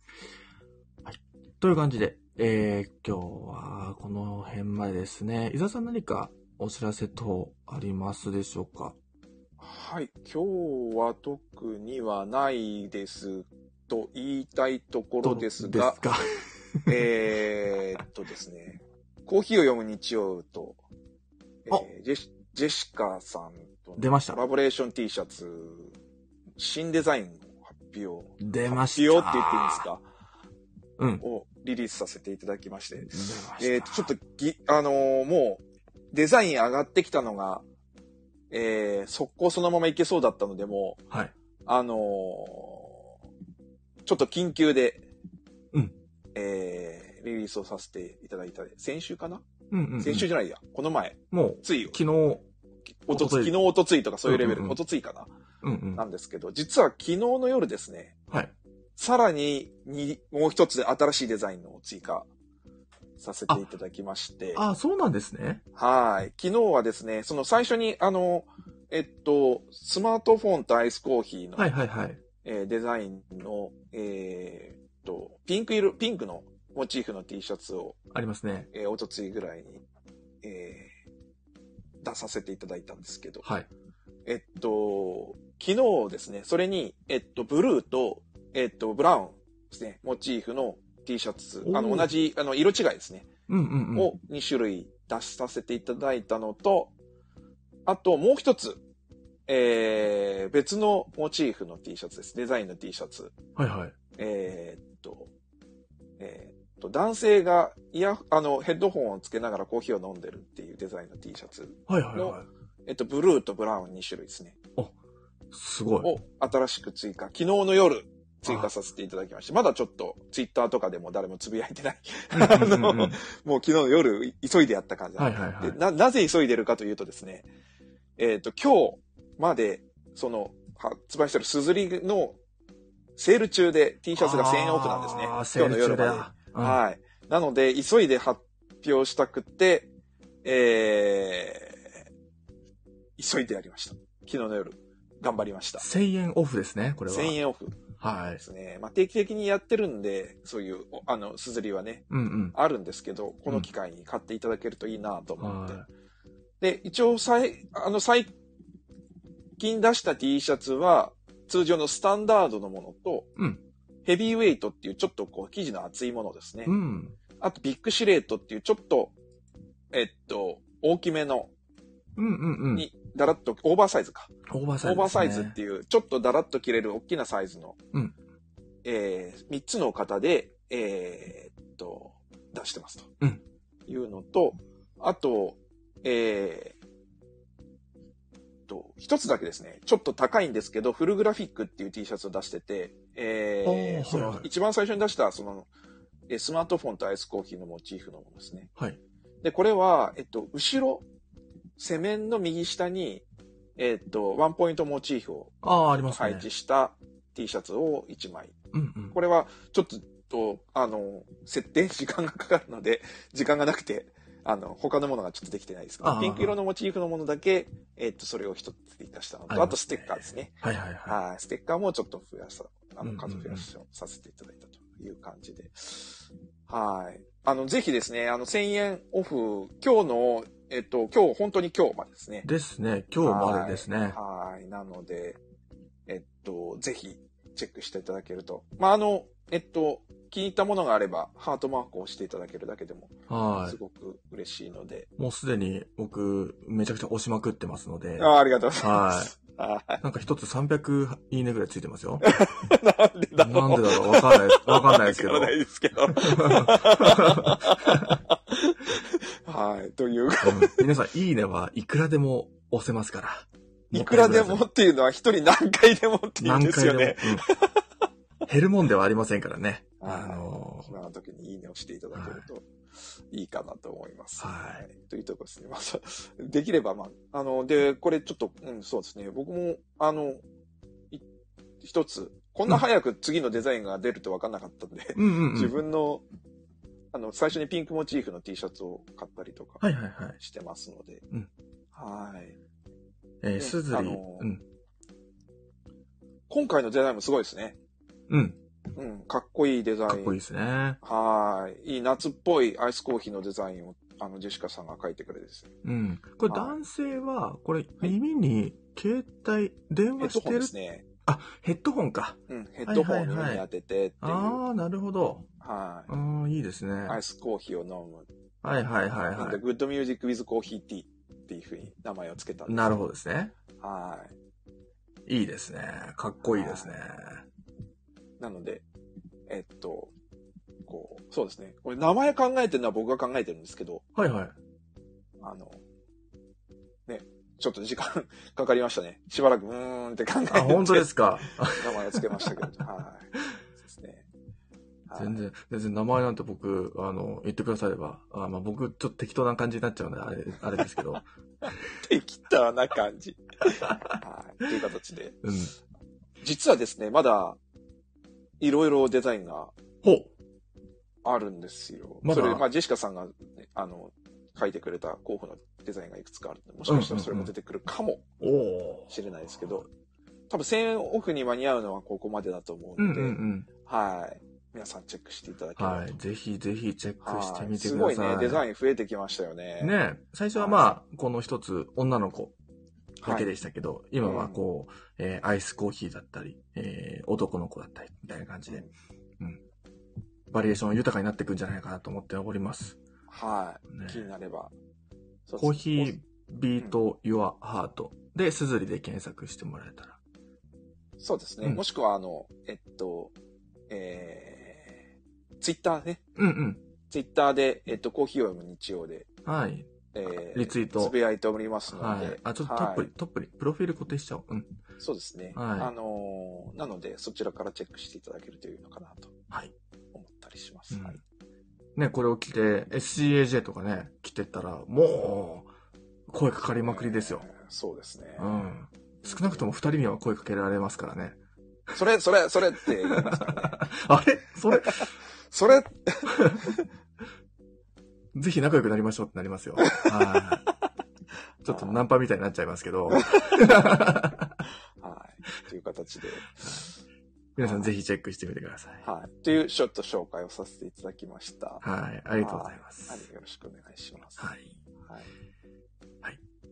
S1: はい。という感じで、えー今日はこの辺までですね。伊沢さん何かお知らせ等ありますでしょうか
S2: い。はい、今日は特にはないですと言いたいところです
S1: どう
S2: が
S1: です、か [laughs]
S2: [laughs] えーっとですね、コーヒーを読む日曜と、えー
S1: あ
S2: ジェシジェシカさんと
S1: 出
S2: の
S1: まし
S2: コ
S1: た。
S2: ラボレーション T シャツ、新デザインを発表。
S1: 出ました。
S2: 発表って言っていいんですか
S1: うん。
S2: をリリースさせていただきまして。
S1: 出ました。
S2: えーっと、ちょっとぎ、あのーもう、デザイン上がってきたのが、えー、速攻そのままいけそうだったので、もう、
S1: はい。
S2: あのーちょっと緊急で、
S1: うん
S2: えーリリースをさせていただいた、先週かな
S1: うんうんうん、
S2: 先週じゃないや、この前、
S1: もう、
S2: つい、
S1: 昨日、うん
S2: おとつ、
S1: おとつい
S2: 昨日おとついとかそういうレベ
S1: うんうん
S2: ル、
S1: うん
S2: おとついかな、
S1: うん。
S2: なんですけど、実は昨日の夜ですね、
S1: はい。
S2: さらにに、もう一つで新しいデザインの追加させていただきまして、
S1: あ、そうなんですね。
S2: はい。昨日はですね、その最初に、あの、えっと、スマートフォンとアイスコーヒーの、
S1: はいはいはい。
S2: えーデザインの、えーっと、ピンク色、ピンクのモチーフの T シャツを、
S1: ありますね。
S2: えー、おとついぐらいに、えー出させていただいたんですけど、
S1: はい。
S2: えっと、昨日ですね、それに、えっと、ブルーと、えっと、ブラウンですね、モチーフの T シャツ、あ
S1: お
S2: の、
S1: ー
S2: 同じ、あの、色違いですね、
S1: うんうんうん。
S2: を2種類出しさせていただいたのと、あと、もう一つ、えー、別のモチーフの T シャツです。デザインの T シャツ。
S1: はいはい。
S2: えーっと、えーっと、男性がイヤ、あの、ヘッドホンをつけながらコーヒーを飲んでるっていうデザインの T シャツ。
S1: はいはいはい。
S2: えっと、ブルーとブラウン2種類ですね。
S1: すごい。
S2: を新しく追加、昨日の夜追加させていただきまして、まだちょっとツイッターとかでも誰もつぶやいて [laughs] ない。あ
S1: うんうんうん
S2: [laughs] の、もう昨日の夜い急いでやった感じな
S1: は
S2: ん
S1: い
S2: で
S1: はいは
S2: で
S1: い。
S2: な、なぜ急いでるかというとですね、えっ、と、今日まで、その、発売してるすずりのセール中で T シャツが1000円オフなんですね。
S1: あ
S2: 今
S1: ー
S2: 日
S1: セール
S2: の
S1: 中
S2: 夜
S1: で。
S2: まで。
S1: は
S2: はい。なので、急いで発表したくて、えー、急いでやりました。昨日の夜、頑張りました。
S1: 1000円オフですね、これは。
S2: 1000円オフ
S1: は
S2: で
S1: い。
S2: すね。まあ、定期的にやってるんで、そういう、おあの、すずりはね、
S1: うんうん。
S2: あるんですけど、この機会に買っていただけるといいなと思って。
S1: は
S2: で、一応、最、あの、最近出した T シャツは、通常のスタンダードのものと、
S1: うん
S2: ヘビーウェイトっていうちょっとこう、生地の厚いものですね。
S1: い。うん。
S2: あと、ビッグシレートっていうちょっと、えっと、大きめの、
S1: うんうんうん。
S2: に、だらっと、オーバーサイズか。
S1: オーバーサイズ、
S2: オーバーサイズっていう、ちょっとだらっと切れる大きなサイズの、
S1: うん
S2: えー、3つの型で、えーっと、出してますと。
S1: うん
S2: いうのと、あと、えー、と、一つだけですね、ちょっと高いんですけど、フルグラフィックっていう T シャツを出してて、え
S1: おーはい
S2: ー、そ
S1: はい
S2: の、一番最初に出した、その、えースマートフォンとアイスコーヒーのモチーフのものですね。
S1: はい。
S2: で、これは、えっと、後ろ、背面の右下に、えっと、ワンポイントモチーフを
S1: ああ、ありますね。
S2: 配置した T シャツを1枚。
S1: うんうん。
S2: これは、ちょっと、あの、設定に [laughs] 時間がかかるので、時間がなくて、あの、他のものがちょっとできてないですけ
S1: あ
S2: ど、
S1: あ
S2: ピンク色のモチーフのものだけ、えっと、それを一つ追加したの
S1: ありますね
S2: と、あとステッカーですね。
S1: はいはいは
S2: はい、ステッカーもちょっと増やさ、あ
S1: うん
S2: の、
S1: うんうん
S2: 数増やしさせていただいたという感じで。はい。あの、ぜひですね、あの、1000円オフ、今日の、えっと、今日、本当に今日までですね
S1: い。。ですね。今日までですね。
S2: はい。なので、えっと、ぜひ、チェックしていただけると。まあ、あの、えっと、気に入ったものがあれば、ハートマークを押していただけるだけでも、
S1: は
S2: すごく嬉しいので。
S1: い。もうすでに僕、めちゃくちゃ押しまくってますので、
S2: ああ、ありがとうございます。は
S1: なんか一つ300いいねぐらいついてますよ。
S2: い。 [laughs] なんでだ
S1: な
S2: ろ
S1: ん
S2: う
S1: で。だろうわかんないです。わかんないですけ
S2: わ
S1: ど
S2: かん。ないですけど。 [laughs] はい。という、
S1: 皆さん、いいねはいくらでも押せますから。
S2: いくらでもっていうのは一人何回でもっていうん
S1: 何
S2: です
S1: 回で
S2: よ
S1: も。
S2: ね。
S1: うん減るもんではありませんからね。
S2: はい
S1: あの
S2: 今の時にいいねをしていただけるといいかなと思います。
S1: はい
S2: というところですね。まあ、できれば、まあ、あの、で、これちょっと、うん、そうですね。僕も、あの、い一つ、こんな早く次のデザインが出ると分かんなかったんで、
S1: うんうんうん。
S2: 自分の、あの、最初にピンクモチーフの T シャツを買ったりとか
S1: はいはいはい。
S2: してますので、
S1: うん
S2: はい。
S1: えー、
S2: ね
S1: すず
S2: あ
S1: り、
S2: のー
S1: うん。
S2: 今回のデザインもすごいですね。
S1: うん。
S2: うん、かっこいいデザイン。
S1: かっこいいですね。
S2: はーい。いい夏っぽいアイスコーヒーのデザインを、あの、ジェシカさんが書いてくれてですね。
S1: うん。これ
S2: はい
S1: 男性は、これ耳に携帯、電
S2: ヘ
S1: 話
S2: ッド
S1: して
S2: ホン
S1: る
S2: ですね。
S1: あ、ヘッドホンか。
S2: うん、ヘッドホンを耳に当ててっていう。
S1: ああ、なるほど。
S2: は
S1: ああ、いいですね。
S2: い。アイスコーヒーを飲む。
S1: はいはいはい
S2: なん
S1: は
S2: で、グッドミュージックウィズコーヒーティーっていうふうに名前をつけたん
S1: い。
S2: です。
S1: なるほどですね。
S2: ど。はい
S1: いですね。かっこいいですね。
S2: い。なので、えっと、こう、そうですね。これ名前考えてるのは僕が考えてるんですけど、
S1: はいはい。
S2: あの、ね、ちょっと時間 [laughs] かかりましたね。しばらく、うーんって考えて。
S1: あ、本当ですか。
S2: 名前をつけましたけど。はい。そうですね。はい
S1: [laughs] 全然、全然名前なんて僕、あの、言ってくだされば、あまあ僕、ちょっと適当な感じになっちゃうんで、あれ、あれですけど。 [laughs]
S2: 適当な感じ。はい。という形で。
S1: うん。
S2: 実はですね、まだ、いろいろデザインが
S1: ほう。
S2: あるんですよ。
S1: まだ
S2: それ、まあ、ジェシカさんがね、あの、書いてくれた候補のデザインがいくつかあるので、もしかしたらそれも出てくるかも
S1: おお
S2: しれないですけど、多分1000円オフに間に合うのはここまでだと思う
S1: うん
S2: の
S1: うん
S2: で、
S1: うん。
S2: はい。皆さんチェックしていただければと。
S1: はい。ぜひぜひチェッ
S2: は
S1: ク
S2: い
S1: してみて
S2: す
S1: く
S2: ご
S1: だ
S2: い
S1: さ
S2: ね、
S1: い。
S2: デザイン増えてきましたよね。。
S1: ね最初はまあ、この一つ、女の子だ
S2: は
S1: け
S2: い。
S1: でしたけど、今はこう、えーアイスコーヒーだったり、えー男の子だったり、みたいな感じで、バリエーション豊かになっていくんじゃないかなと思っております。
S2: は
S1: ね
S2: い。気になれば。そうです
S1: コーヒー、ビート、ユア、ハートで、すずりで検索してもらえたら。
S2: そうですね。
S1: うん
S2: もしくは、あの、えっと、えー、ツイッターね。
S1: うん
S2: ツイッターで、えっと、コーヒーを読む日曜で、
S1: うん。はい。
S2: え
S1: リツイート
S2: つぶやいておりますの
S1: は
S2: で。
S1: い。あ、ちょっとトップ
S2: は
S1: に、
S2: い
S1: トップに、プロフィール固定しちゃおう。うん。
S2: そうですね。
S1: はい
S2: あのーなので、そちらからチェックしていただけるというのかなと
S1: はい。
S2: 思ったりします。
S1: うん
S2: はい。
S1: ね、これを着て、SCAJ とかね、着てたら、もう、声かかりまくりですよ。
S2: えー。そうですね。
S1: うん。少なくとも二人には声かけられますからね。
S2: それ、それ、それって [laughs] 言いますからね。
S1: [laughs] あれそれ、
S2: それ、
S1: ぜひ仲良くなりましょうってなりますよ。はい。ちょっとナンパみたいになっちゃいますけど、 [laughs]
S2: はい。という形で、
S1: 皆さんぜひチェックしてみてください。
S2: はい。という、ちょっと紹介をさせていただきました。は
S1: はい。ありがとうございま
S2: い。
S1: す。
S2: よろしくお願いします。
S1: はい。
S2: はい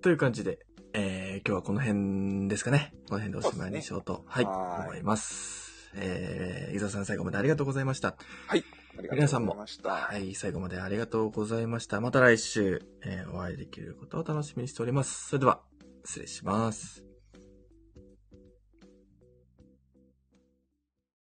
S1: という感じで、えー、今日はこの辺ですかね。この辺でおしまいにしようと、はい、
S2: はい
S1: 思います。えー、伊沢さん最後までありがとうございました。
S2: ありがとうございました。
S1: はい、最後までありがとうございました。また来週、えーお会いできることを楽しみにしております。それでは、失礼します。